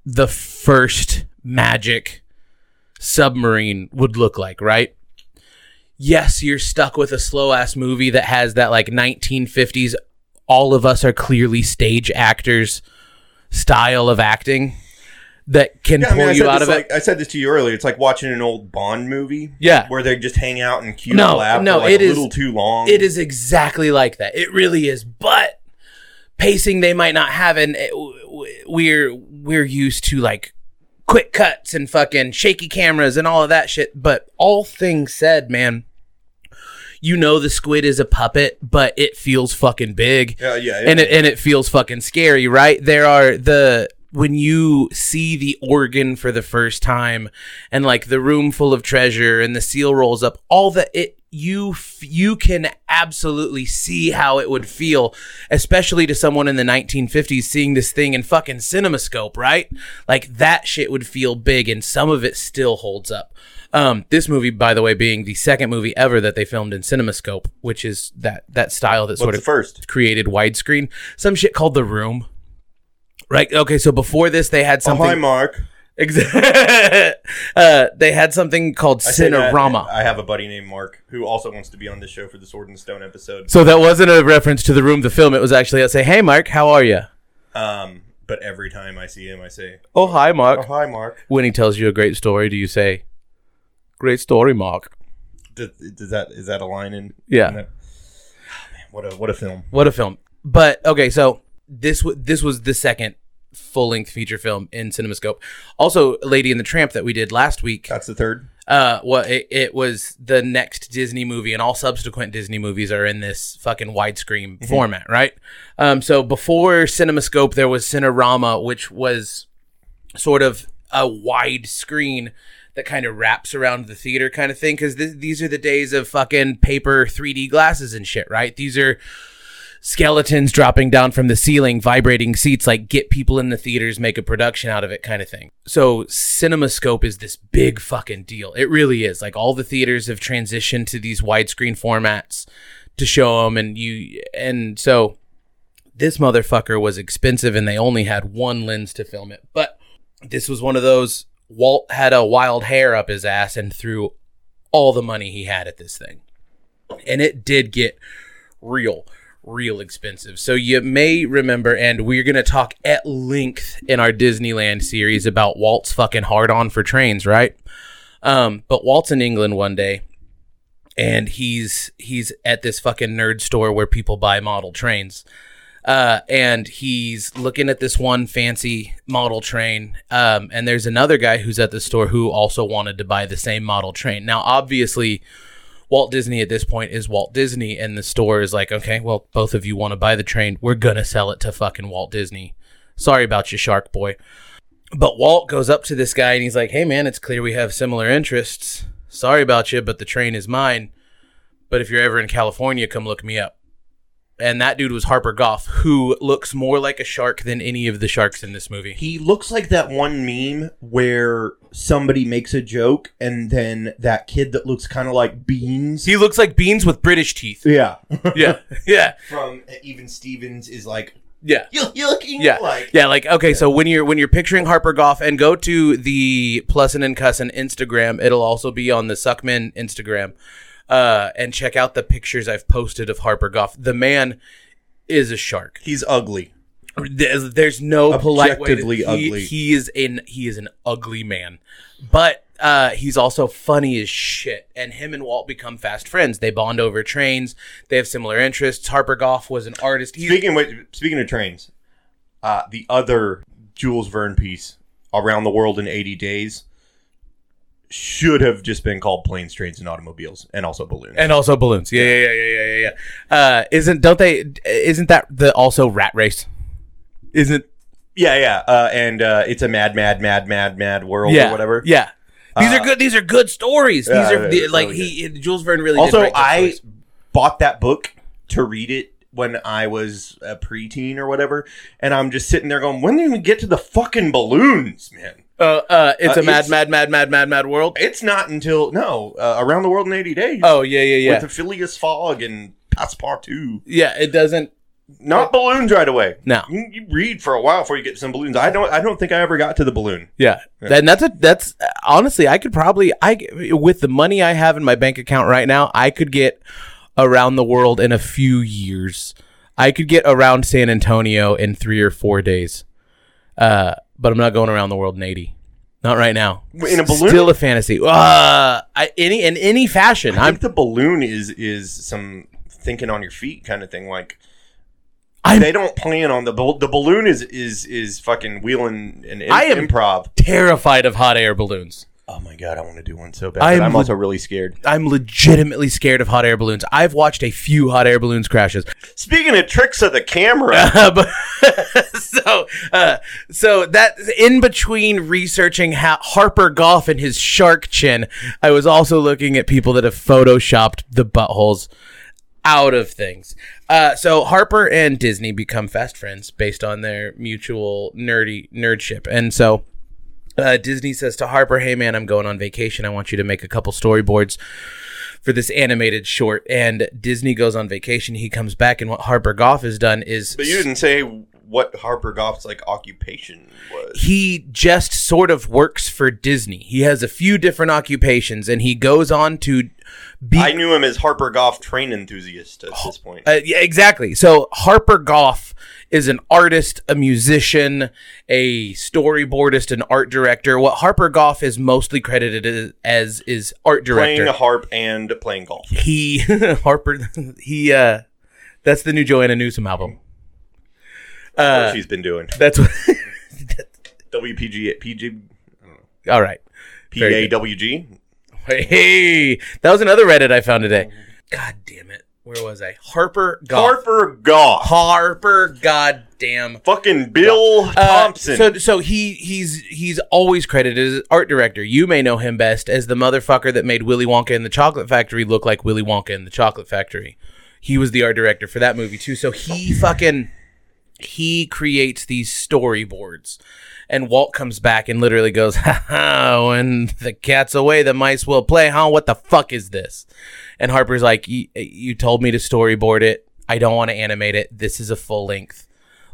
[SPEAKER 2] the first magic submarine would look like, right? Yes, you're stuck with a slow ass movie that has that like 1950s all of us are clearly stage actors style of acting that can
[SPEAKER 1] Yeah, I
[SPEAKER 2] pull
[SPEAKER 1] mean, I
[SPEAKER 2] you
[SPEAKER 1] said
[SPEAKER 2] out
[SPEAKER 1] this,
[SPEAKER 2] of it.
[SPEAKER 1] like- I said this to you earlier. It's like watching an old Bond movie.
[SPEAKER 2] Yeah.
[SPEAKER 1] where they just hang out and cute
[SPEAKER 2] No,
[SPEAKER 1] lap
[SPEAKER 2] no,
[SPEAKER 1] for like
[SPEAKER 2] it
[SPEAKER 1] a
[SPEAKER 2] is-
[SPEAKER 1] little too long.
[SPEAKER 2] It is exactly like that. It really is. But pacing they might not have, and it- w- w- we're we're used to like quick cuts and fucking shaky cameras and all of that shit. But all things said, man, you know the squid is a puppet, but it feels fucking big
[SPEAKER 1] Yeah, yeah,
[SPEAKER 2] and it and it feels fucking scary, right? There are the when you see the organ for the first time and like the room full of treasure and the seal rolls up, all the it you f- you can absolutely see how it would feel, especially to someone in the 1950s seeing this thing in fucking CinemaScope, right? Like that shit would feel big, and some of it still holds up. Um, this movie, by the way, being the second movie ever that they filmed in CinemaScope, which is that that style that sort
[SPEAKER 1] What's
[SPEAKER 2] of
[SPEAKER 1] the first?
[SPEAKER 2] created widescreen. Some shit called The Room. Right. Okay. So before this, they had
[SPEAKER 1] Oh, hi,
[SPEAKER 2] something.
[SPEAKER 1] Mark.
[SPEAKER 2] Exa- uh, they had something called
[SPEAKER 1] I say that,
[SPEAKER 2] Cinerama.
[SPEAKER 1] I have a buddy named Mark who also wants to be on this show for the Sword and Stone episode.
[SPEAKER 2] so that wasn't a reference to the room, the film. It was actually I say, "Hey, Mark, how are you?"
[SPEAKER 1] Um, but every time I see him, I say,
[SPEAKER 2] Oh, hi, Mark.
[SPEAKER 1] "Oh, hi, Mark."
[SPEAKER 2] When he tells you a great story, do you say, "Great story, Mark"?
[SPEAKER 1] Does, does that is that a line in?
[SPEAKER 2] Yeah.
[SPEAKER 1] in that- What a what a film.
[SPEAKER 2] What a film. But okay, so this w- this was the second full length feature film in CinemaScope. Also, Lady and the Tramp that we did last week.
[SPEAKER 1] That's the third.
[SPEAKER 2] uh well it, it was the next disney movie and all subsequent disney movies are in this fucking widescreen format right um so before cinemascope there was cinerama which was sort of a wide screen that kind of wraps around the theater kind of thing because th- these are the days of fucking paper 3d glasses and shit right these are skeletons dropping down from the ceiling, vibrating seats, like get people in the theaters, make a production out of it kind of thing. So CinemaScope is this big fucking deal. It really is. Like all the theaters have transitioned to these widescreen formats to show them and you and so this motherfucker was expensive and they only had one lens to film it. But this was one of those Walt had a wild hair up his ass and threw all the money he had at this thing. And it did get real, real expensive. So you may remember, and we're going to talk at length in our Disneyland series about Walt's fucking hard on for trains, right? Um, but Walt's in England one day, and he's he's at this fucking nerd store where people buy model trains. Uh, and he's looking at this one fancy model train. Um, and there's another guy who's at the store who also wanted to buy the same model train. Now, obviously, Walt Disney at this point is Walt Disney, and the store is like, okay, well, both of you want to buy the train. We're going to sell it to fucking Walt Disney. Sorry about you, Shark Boy. But Walt goes up to this guy and he's like, hey, man, it's clear we have similar interests. Sorry about you, but the train is mine. But if you're ever in California, come look me up. and that dude was Harper Goff, who looks more like a shark than any of the sharks in this movie.
[SPEAKER 1] He looks like that one meme where somebody makes a joke and then that kid that looks kind of like Beans.
[SPEAKER 2] He looks like beans with British teeth.
[SPEAKER 1] Yeah.
[SPEAKER 2] Yeah, yeah,
[SPEAKER 1] From Even Stevens is like,
[SPEAKER 2] yeah.
[SPEAKER 1] you're looking
[SPEAKER 2] Yeah.
[SPEAKER 1] like.
[SPEAKER 2] Yeah, like okay, so when you're when you're picturing Harper Goff and go to the Plussin and Cussin Instagram, it'll also be on the Suckman Instagram. Uh, and check out the pictures I've posted of Harper Goff. The man is a shark.
[SPEAKER 1] He's ugly.
[SPEAKER 2] There's, there's no polite way. to-
[SPEAKER 1] Objectively
[SPEAKER 2] he,
[SPEAKER 1] ugly.
[SPEAKER 2] He is an he is an ugly man, but uh, he's also funny as shit. And him and Walt become fast friends. They bond over trains. They have similar interests. Harper Goff was an artist. He's,
[SPEAKER 1] Speaking of, speaking of trains, uh, the other Jules Verne piece, Around the World in 80 Days, should have just been called Planes, Trains, and Automobiles, and also Balloons.
[SPEAKER 2] and also balloons. Yeah, yeah, yeah, yeah, yeah, yeah. yeah. Uh, isn't don't they? Isn't that the also rat race? Isn't
[SPEAKER 1] yeah, yeah. Uh, and uh, it's a mad, mad, mad, mad, mad world
[SPEAKER 2] yeah
[SPEAKER 1] or whatever.
[SPEAKER 2] Yeah, these
[SPEAKER 1] Uh,
[SPEAKER 2] are good. These are good stories. These
[SPEAKER 1] yeah,
[SPEAKER 2] are the,
[SPEAKER 1] it's
[SPEAKER 2] like
[SPEAKER 1] really
[SPEAKER 2] he Jules Verne really. did
[SPEAKER 1] Also,
[SPEAKER 2] write good
[SPEAKER 1] I
[SPEAKER 2] stories.
[SPEAKER 1] bought that book to read it when I was a preteen or whatever, and I'm just sitting there going, "When did we get to the fucking balloons, man?"
[SPEAKER 2] uh, uh, it's
[SPEAKER 1] uh,
[SPEAKER 2] a mad,
[SPEAKER 1] it's-
[SPEAKER 2] mad, mad, mad, mad, mad world.
[SPEAKER 1] It's not until no, uh, around the world in 80 days.
[SPEAKER 2] Oh yeah, yeah, yeah.
[SPEAKER 1] with the Phileas Fogg and Passepartout.
[SPEAKER 2] Yeah, it doesn't.
[SPEAKER 1] Not balloons right away.
[SPEAKER 2] No.
[SPEAKER 1] you, you read for a while before you get some balloons. I don't. I don't think I ever got to the balloon.
[SPEAKER 2] Yeah.
[SPEAKER 1] Yeah.
[SPEAKER 2] And that's a that's honestly I could probably I with the money I have in my bank account right now, I could get around the world in a few years. I could get around San Antonio in 3 or 4 days. Uh but I'm not going around the world in 80. Not right now.
[SPEAKER 1] In a
[SPEAKER 2] S-
[SPEAKER 1] balloon?
[SPEAKER 2] Still a fantasy. Uh I, any in any fashion.
[SPEAKER 1] I
[SPEAKER 2] I'm
[SPEAKER 1] think the balloon is is some thinking on your feet kind of thing. Like
[SPEAKER 2] I'm-
[SPEAKER 1] they don't plan on the bal- the balloon is is is fucking wheeling and im-
[SPEAKER 2] I am-
[SPEAKER 1] improv.
[SPEAKER 2] terrified of hot air balloons.
[SPEAKER 1] Oh my god, I want to do one so bad.
[SPEAKER 2] I
[SPEAKER 1] I'm,
[SPEAKER 2] am
[SPEAKER 1] I'm
[SPEAKER 2] le-
[SPEAKER 1] also really scared.
[SPEAKER 2] I'm legitimately scared of hot air balloons. I've watched a few hot air balloons crashes.
[SPEAKER 1] Speaking of tricks of the camera,
[SPEAKER 2] Uh, but so uh, so that in between researching ha- Harper Goff and his shark chin, I was also looking at people that have photoshopped the buttholes out of things. Uh, so Harper and Disney become fast friends based on their mutual nerdy nerdship, and so. Uh, Disney says to Harper, "Hey man, I'm going on vacation. I want you to make a couple storyboards for this animated short." And Disney goes on vacation. He comes back, and what Harper Goff has done is
[SPEAKER 1] but you didn't say what Harper Goff's like occupation was.
[SPEAKER 2] he just sort of works for Disney. He has a few different occupations, and he goes on to be
[SPEAKER 1] I knew him as Harper Goff train enthusiast at this point.
[SPEAKER 2] uh, yeah, exactly. So Harper Goff is an artist, a musician, a storyboardist, an art director. What Harper Goff is mostly credited as, as is art director.
[SPEAKER 1] Playing a harp and playing golf.
[SPEAKER 2] he Harper he uh that's the new Joanna Newsom album.
[SPEAKER 1] That's
[SPEAKER 2] Uh,
[SPEAKER 1] what she's been doing.
[SPEAKER 2] that's what,
[SPEAKER 1] WPG PG
[SPEAKER 2] all right. Very
[SPEAKER 1] PAWG.
[SPEAKER 2] Hey, that was another Reddit I found today. God damn it. Where was I? Harper Goff.
[SPEAKER 1] Harper Goff.
[SPEAKER 2] Harper goddamn
[SPEAKER 1] Fucking Bill
[SPEAKER 2] Uh,
[SPEAKER 1] Thompson.
[SPEAKER 2] so so he he's he's always credited as art director. You may know him best as the motherfucker that made Willy Wonka and the Chocolate Factory look like Willy Wonka and the Chocolate Factory. He was the art director for that movie too. So he fucking he creates these storyboards. And Walt comes back and literally goes, ha, ha, when the cat's away, the mice will play, huh? What the fuck is this? And Harper's like, "You- you told me to storyboard it. I don't want to animate it. This is a full length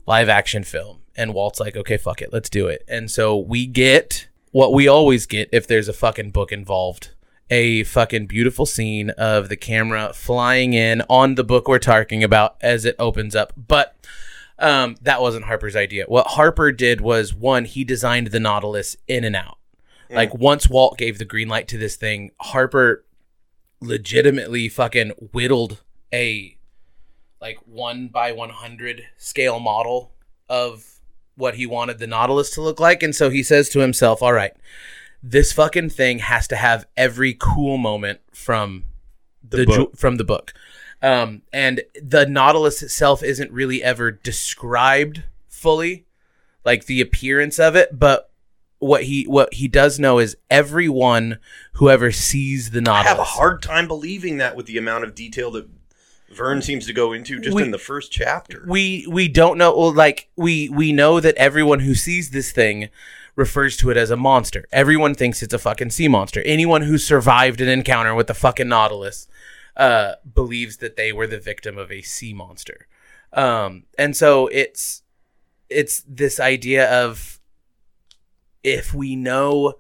[SPEAKER 2] live action film. And Walt's like, okay, fuck it, let's do it. And so we get what we always get if there's a fucking book involved a fucking beautiful scene of the camera flying in on the book we're talking about as it opens up. But um, that wasn't Harper's idea. What Harper did was one, he designed the Nautilus in and out. Like once Walt gave the green light to this thing, Harper legitimately fucking whittled a like one by 100 scale model of what he wanted the Nautilus to look like. And so he says to himself, all right, this fucking thing has to have every cool moment from the, ju-
[SPEAKER 1] book.
[SPEAKER 2] from the book. Um, and the Nautilus itself isn't really ever described fully, like the appearance of it. But what he what he does know is everyone who ever sees the
[SPEAKER 1] I
[SPEAKER 2] Nautilus
[SPEAKER 1] have a hard time believing that with the amount of detail that Vern seems to go into just
[SPEAKER 2] We-
[SPEAKER 1] in the first chapter.
[SPEAKER 2] we we don't know well, like we we know that everyone who sees this thing refers to it as a monster everyone thinks it's a fucking sea monster anyone who survived an encounter with the fucking nautilus uh believes that they were the victim of a sea monster um and so it's it's this idea of if we know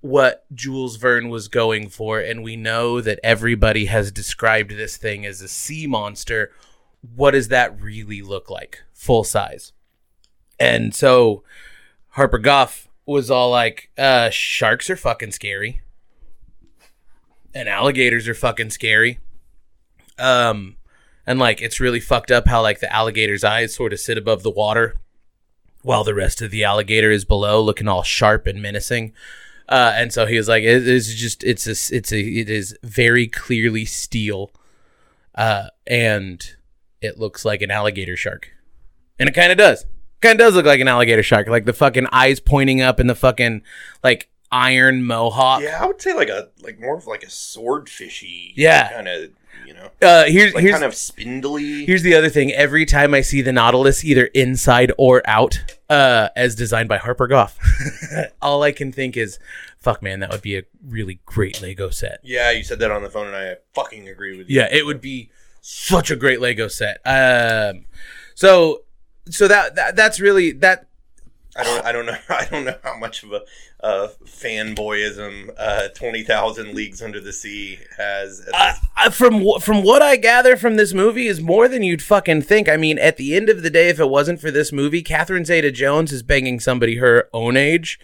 [SPEAKER 2] what Jules Verne was going for, and we know that everybody has described this thing as a sea monster. What does that really look like, full size? And so Harper Goff was all like, uh, sharks are fucking scary, and alligators are fucking scary. Um, and like, it's really fucked up how like the alligator's eyes sort of sit above the water while the rest of the alligator is below looking all sharp and menacing. Uh, and so he was like, it is just, it's a, it's a, it is very clearly steel. Uh, and it looks like an alligator shark. And it kind of does. Kind of does look like an alligator shark. Like the fucking eyes pointing up and the fucking like iron mohawk.
[SPEAKER 1] yeah, I would say like a like more of like a swordfishy.
[SPEAKER 2] Yeah.
[SPEAKER 1] kind of you know,
[SPEAKER 2] Uh, here's,
[SPEAKER 1] like
[SPEAKER 2] here's,
[SPEAKER 1] kind of spindly.
[SPEAKER 2] Here's the other thing. Every time I see the Nautilus, either inside or out, uh, as designed by Harper Goff, all I can think is, fuck, man, that would be a really great Lego set.
[SPEAKER 1] yeah, you said that on the phone, and I fucking agree with you.
[SPEAKER 2] Yeah, it would be such a great Lego set. Um, so, so that, that that's really that.
[SPEAKER 1] I don't. I don't know. I don't know how much of a uh, fanboyism uh, Twenty Thousand Leagues Under the Sea has. At
[SPEAKER 2] I,
[SPEAKER 1] this.
[SPEAKER 2] I, uh, from wh- from what I gather from this movie is more than you'd fucking think. I mean, at the end of the day, if it wasn't for this movie, Catherine Zeta-Jones is banging somebody her own age,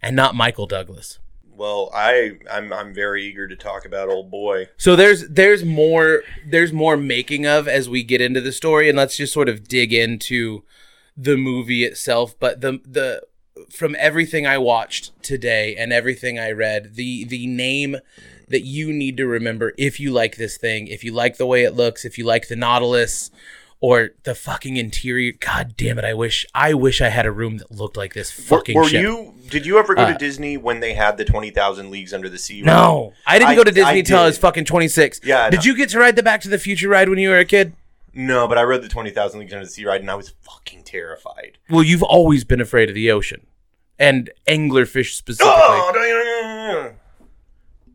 [SPEAKER 2] and not Michael Douglas.
[SPEAKER 1] well, I I'm I'm very eager to talk about old boy.
[SPEAKER 2] So there's there's more there's more making of as we get into the story, and let's just sort of dig into the movie itself. But the the from everything I watched today and everything I read, the the name that you need to remember if you like this thing, if you like the way it looks, if you like the Nautilus or the fucking interior. God damn it! I wish I wish I had a room that looked like this fucking.
[SPEAKER 1] Were, were
[SPEAKER 2] ship.
[SPEAKER 1] you? Did you ever go
[SPEAKER 2] Uh,
[SPEAKER 1] to Disney when they had the Twenty Thousand Leagues Under the Sea?
[SPEAKER 2] No, I didn't
[SPEAKER 1] I-
[SPEAKER 2] go to Disney
[SPEAKER 1] I
[SPEAKER 2] till I was
[SPEAKER 1] did.
[SPEAKER 2] fucking twenty six.
[SPEAKER 1] Yeah, I
[SPEAKER 2] Did
[SPEAKER 1] know.
[SPEAKER 2] you get to ride the Back to the Future ride when you were a kid?
[SPEAKER 1] No, but I rode the Twenty Thousand Leagues Under the Sea ride, and I was fucking terrified.
[SPEAKER 2] Well, you've always been afraid of the ocean and anglerfish specifically.
[SPEAKER 1] Oh, don't you,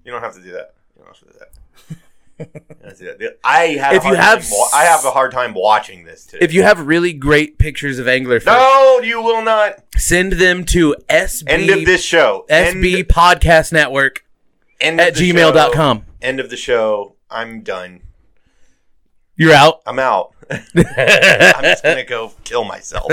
[SPEAKER 1] you don't have to do that. You don't have to do that. You don't have to do that. I had.
[SPEAKER 2] If
[SPEAKER 1] a
[SPEAKER 2] you
[SPEAKER 1] hard
[SPEAKER 2] have
[SPEAKER 1] time wa- I have a hard time watching this today.
[SPEAKER 2] If you have really great pictures of anglerfish,
[SPEAKER 1] no, you will not.
[SPEAKER 2] send them to SB,
[SPEAKER 1] End of this show.
[SPEAKER 2] SB
[SPEAKER 1] End-
[SPEAKER 2] Podcast Network.
[SPEAKER 1] end
[SPEAKER 2] at
[SPEAKER 1] of the
[SPEAKER 2] gmail.com.
[SPEAKER 1] show. End of the show. I'm done.
[SPEAKER 2] You're out.
[SPEAKER 1] I'm out. I'm just gonna go kill myself.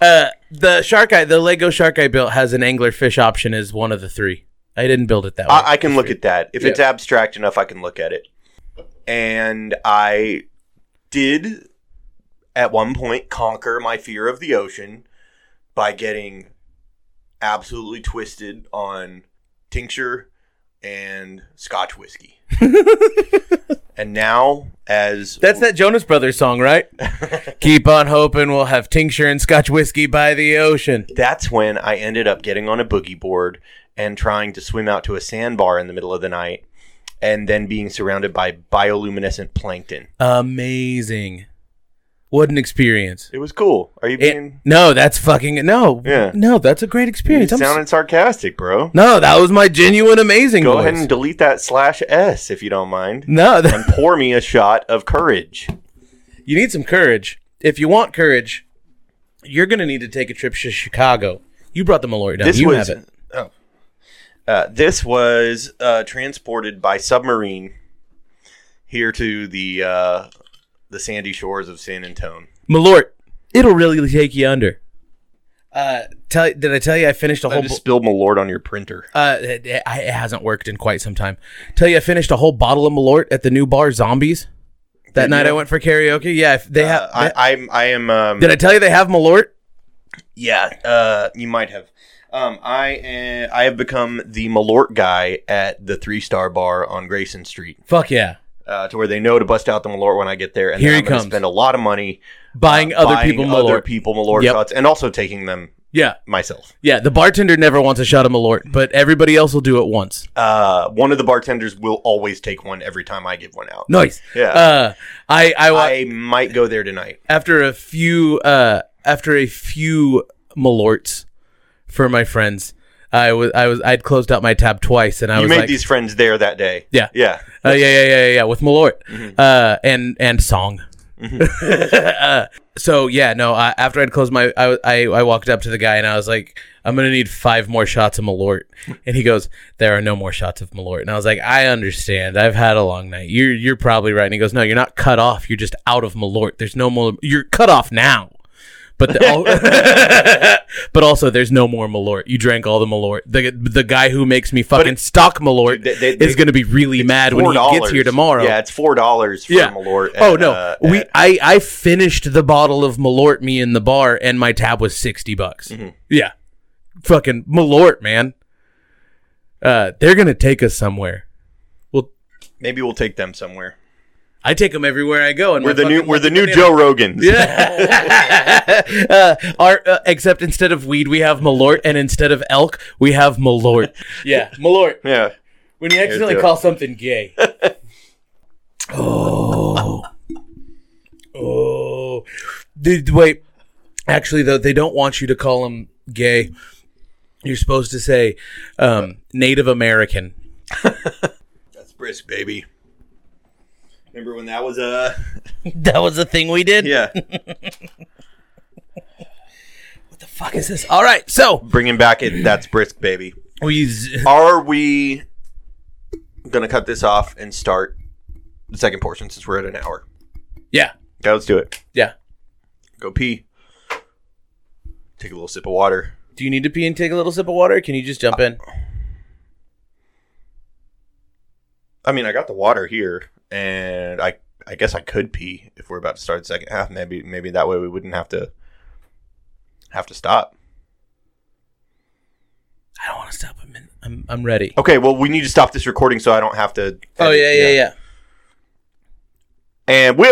[SPEAKER 2] Uh, the shark I, the Lego shark I built has an anglerfish option as one of the three. I didn't build it that way.
[SPEAKER 1] I, I can look at that if it's abstract enough. I can look at it. And I did at one point conquer my fear of the ocean by getting absolutely twisted on tincture and Scotch whiskey. and now, as
[SPEAKER 2] That's that Jonas Brothers song, right? Keep on hoping we'll have tincture and Scotch whiskey by the ocean.
[SPEAKER 1] that's when I ended up getting on a boogie board and trying to swim out to a sandbar in the middle of the night and then being surrounded by bioluminescent plankton.
[SPEAKER 2] Amazing. What an experience.
[SPEAKER 1] It was cool. Are you
[SPEAKER 2] It-
[SPEAKER 1] being
[SPEAKER 2] no, that's fucking no.
[SPEAKER 1] Yeah.
[SPEAKER 2] No, that's a great
[SPEAKER 1] you
[SPEAKER 2] experience. I'm s-
[SPEAKER 1] sounding sarcastic, bro?
[SPEAKER 2] no, that was my genuine amazing.
[SPEAKER 1] Go
[SPEAKER 2] voice.
[SPEAKER 1] ahead and delete that slash S if you don't mind.
[SPEAKER 2] no, that,
[SPEAKER 1] and pour me a shot of courage.
[SPEAKER 2] you need some courage. If you want courage, you're gonna need to take a trip to Chicago. You brought the Mallory down.
[SPEAKER 1] This
[SPEAKER 2] you
[SPEAKER 1] was
[SPEAKER 2] have it.
[SPEAKER 1] oh. Uh, this was uh, transported by submarine here to the uh, the sandy shores of San Antone.
[SPEAKER 2] Malort, it'll really take you under. Uh, tell did I tell you I finished a
[SPEAKER 1] I
[SPEAKER 2] whole
[SPEAKER 1] just spilled Malort on your printer.
[SPEAKER 2] bo- uh it, it- I- it hasn't worked in quite some time. Tell you I finished a whole bottle of Malort at the new bar Zombies. That night I went for karaoke. Yeah, if they have.
[SPEAKER 1] Uh, I, I'm I am um,
[SPEAKER 2] did I tell you they have Malort?
[SPEAKER 1] yeah uh, you might have um, I uh, I have become the Malort guy at the three star bar on Grayson Street
[SPEAKER 2] Fuck yeah.
[SPEAKER 1] uh, to where they know to bust out the Malort when I get there and
[SPEAKER 2] Here
[SPEAKER 1] then
[SPEAKER 2] he
[SPEAKER 1] I'm gonna
[SPEAKER 2] comes.
[SPEAKER 1] spend a lot of money
[SPEAKER 2] Buying
[SPEAKER 1] uh,
[SPEAKER 2] other
[SPEAKER 1] buying
[SPEAKER 2] people
[SPEAKER 1] other
[SPEAKER 2] Malort.
[SPEAKER 1] people Malort
[SPEAKER 2] Yep.
[SPEAKER 1] shots and also taking them
[SPEAKER 2] Yeah,
[SPEAKER 1] myself.
[SPEAKER 2] yeah. The bartender never wants a shot of Malort, but everybody else will do it once.
[SPEAKER 1] Uh, one of the bartenders will always take one every time I give one out.
[SPEAKER 2] Nice.
[SPEAKER 1] Yeah.
[SPEAKER 2] Uh, I I, wa-
[SPEAKER 1] I might go there tonight.
[SPEAKER 2] after a few uh after a few Malorts for my friends, I was I was I'd closed out my tab twice, and I
[SPEAKER 1] you
[SPEAKER 2] was
[SPEAKER 1] made
[SPEAKER 2] like,
[SPEAKER 1] these friends there that day.
[SPEAKER 2] Yeah.
[SPEAKER 1] Yeah.
[SPEAKER 2] Uh, yeah, yeah, yeah, yeah, yeah, with Malort,
[SPEAKER 1] Mm-hmm.
[SPEAKER 2] uh, and and song. uh, so yeah, no. I, after I'd closed my, I, I I walked up to the guy and I was like, "I'm gonna need five more shots of Malort," and he goes, "There are no more shots of Malort." And I was like, "I understand. I've had a long night. You're you're probably right." And he goes, "No, you're not cut off. You're just out of Malort. There's no more. You're cut off now." But the, al- but also, there's no more Malort. You drank all the Malort. The the guy who makes me fucking stock Malort
[SPEAKER 1] They- they-
[SPEAKER 2] is going to be really mad when he gets
[SPEAKER 1] $4.
[SPEAKER 2] here tomorrow.
[SPEAKER 1] Yeah, it's four dollars for
[SPEAKER 2] Yeah.
[SPEAKER 1] Malort.
[SPEAKER 2] Oh
[SPEAKER 1] at,
[SPEAKER 2] no,
[SPEAKER 1] uh,
[SPEAKER 2] we
[SPEAKER 1] at-
[SPEAKER 2] I I finished the bottle of Malort me in the bar, and my tab was sixty bucks.
[SPEAKER 1] Mm-hmm.
[SPEAKER 2] Yeah, fucking Malort, man. Uh, they're gonna take us somewhere. Well,
[SPEAKER 1] maybe we'll take them somewhere.
[SPEAKER 2] I take them everywhere I go, and
[SPEAKER 1] We're
[SPEAKER 2] my
[SPEAKER 1] the new
[SPEAKER 2] fucking
[SPEAKER 1] we're the
[SPEAKER 2] lucky
[SPEAKER 1] new
[SPEAKER 2] banana-
[SPEAKER 1] Joe Rogans.
[SPEAKER 2] Yeah. uh, our, uh, except instead of weed, we have Malort, and instead of elk, we have Malort. Yeah, Malort.
[SPEAKER 1] Yeah.
[SPEAKER 2] When you accidentally
[SPEAKER 1] do it.
[SPEAKER 2] call something gay. oh. Oh. Dude, wait. Actually, though, they don't want you to call them gay. You're supposed to say um, Native American.
[SPEAKER 1] That's brisk, baby. Remember when that was uh
[SPEAKER 2] That was the thing we did?
[SPEAKER 1] yeah,
[SPEAKER 2] What the fuck is this? All right, so
[SPEAKER 1] bringing back it that's brisk, baby.
[SPEAKER 2] we. z-
[SPEAKER 1] Are we going to cut this off and start the second portion since we're at an hour?
[SPEAKER 2] Yeah,
[SPEAKER 1] Okay, let's do it.
[SPEAKER 2] yeah.
[SPEAKER 1] Go pee. Take a little sip of water.
[SPEAKER 2] Do you need to pee and take a little sip of water? Can you just jump in?
[SPEAKER 1] I mean, I got the water here, and I I guess I could pee if we're about to start the second half. Maybe maybe that way we wouldn't have to have to stop.
[SPEAKER 2] I don't want to stop. I'm, in, I'm, I'm ready.
[SPEAKER 1] Okay, well we need to stop this recording so I don't have to.
[SPEAKER 2] Oh, yeah, yeah, yeah.
[SPEAKER 1] And we'll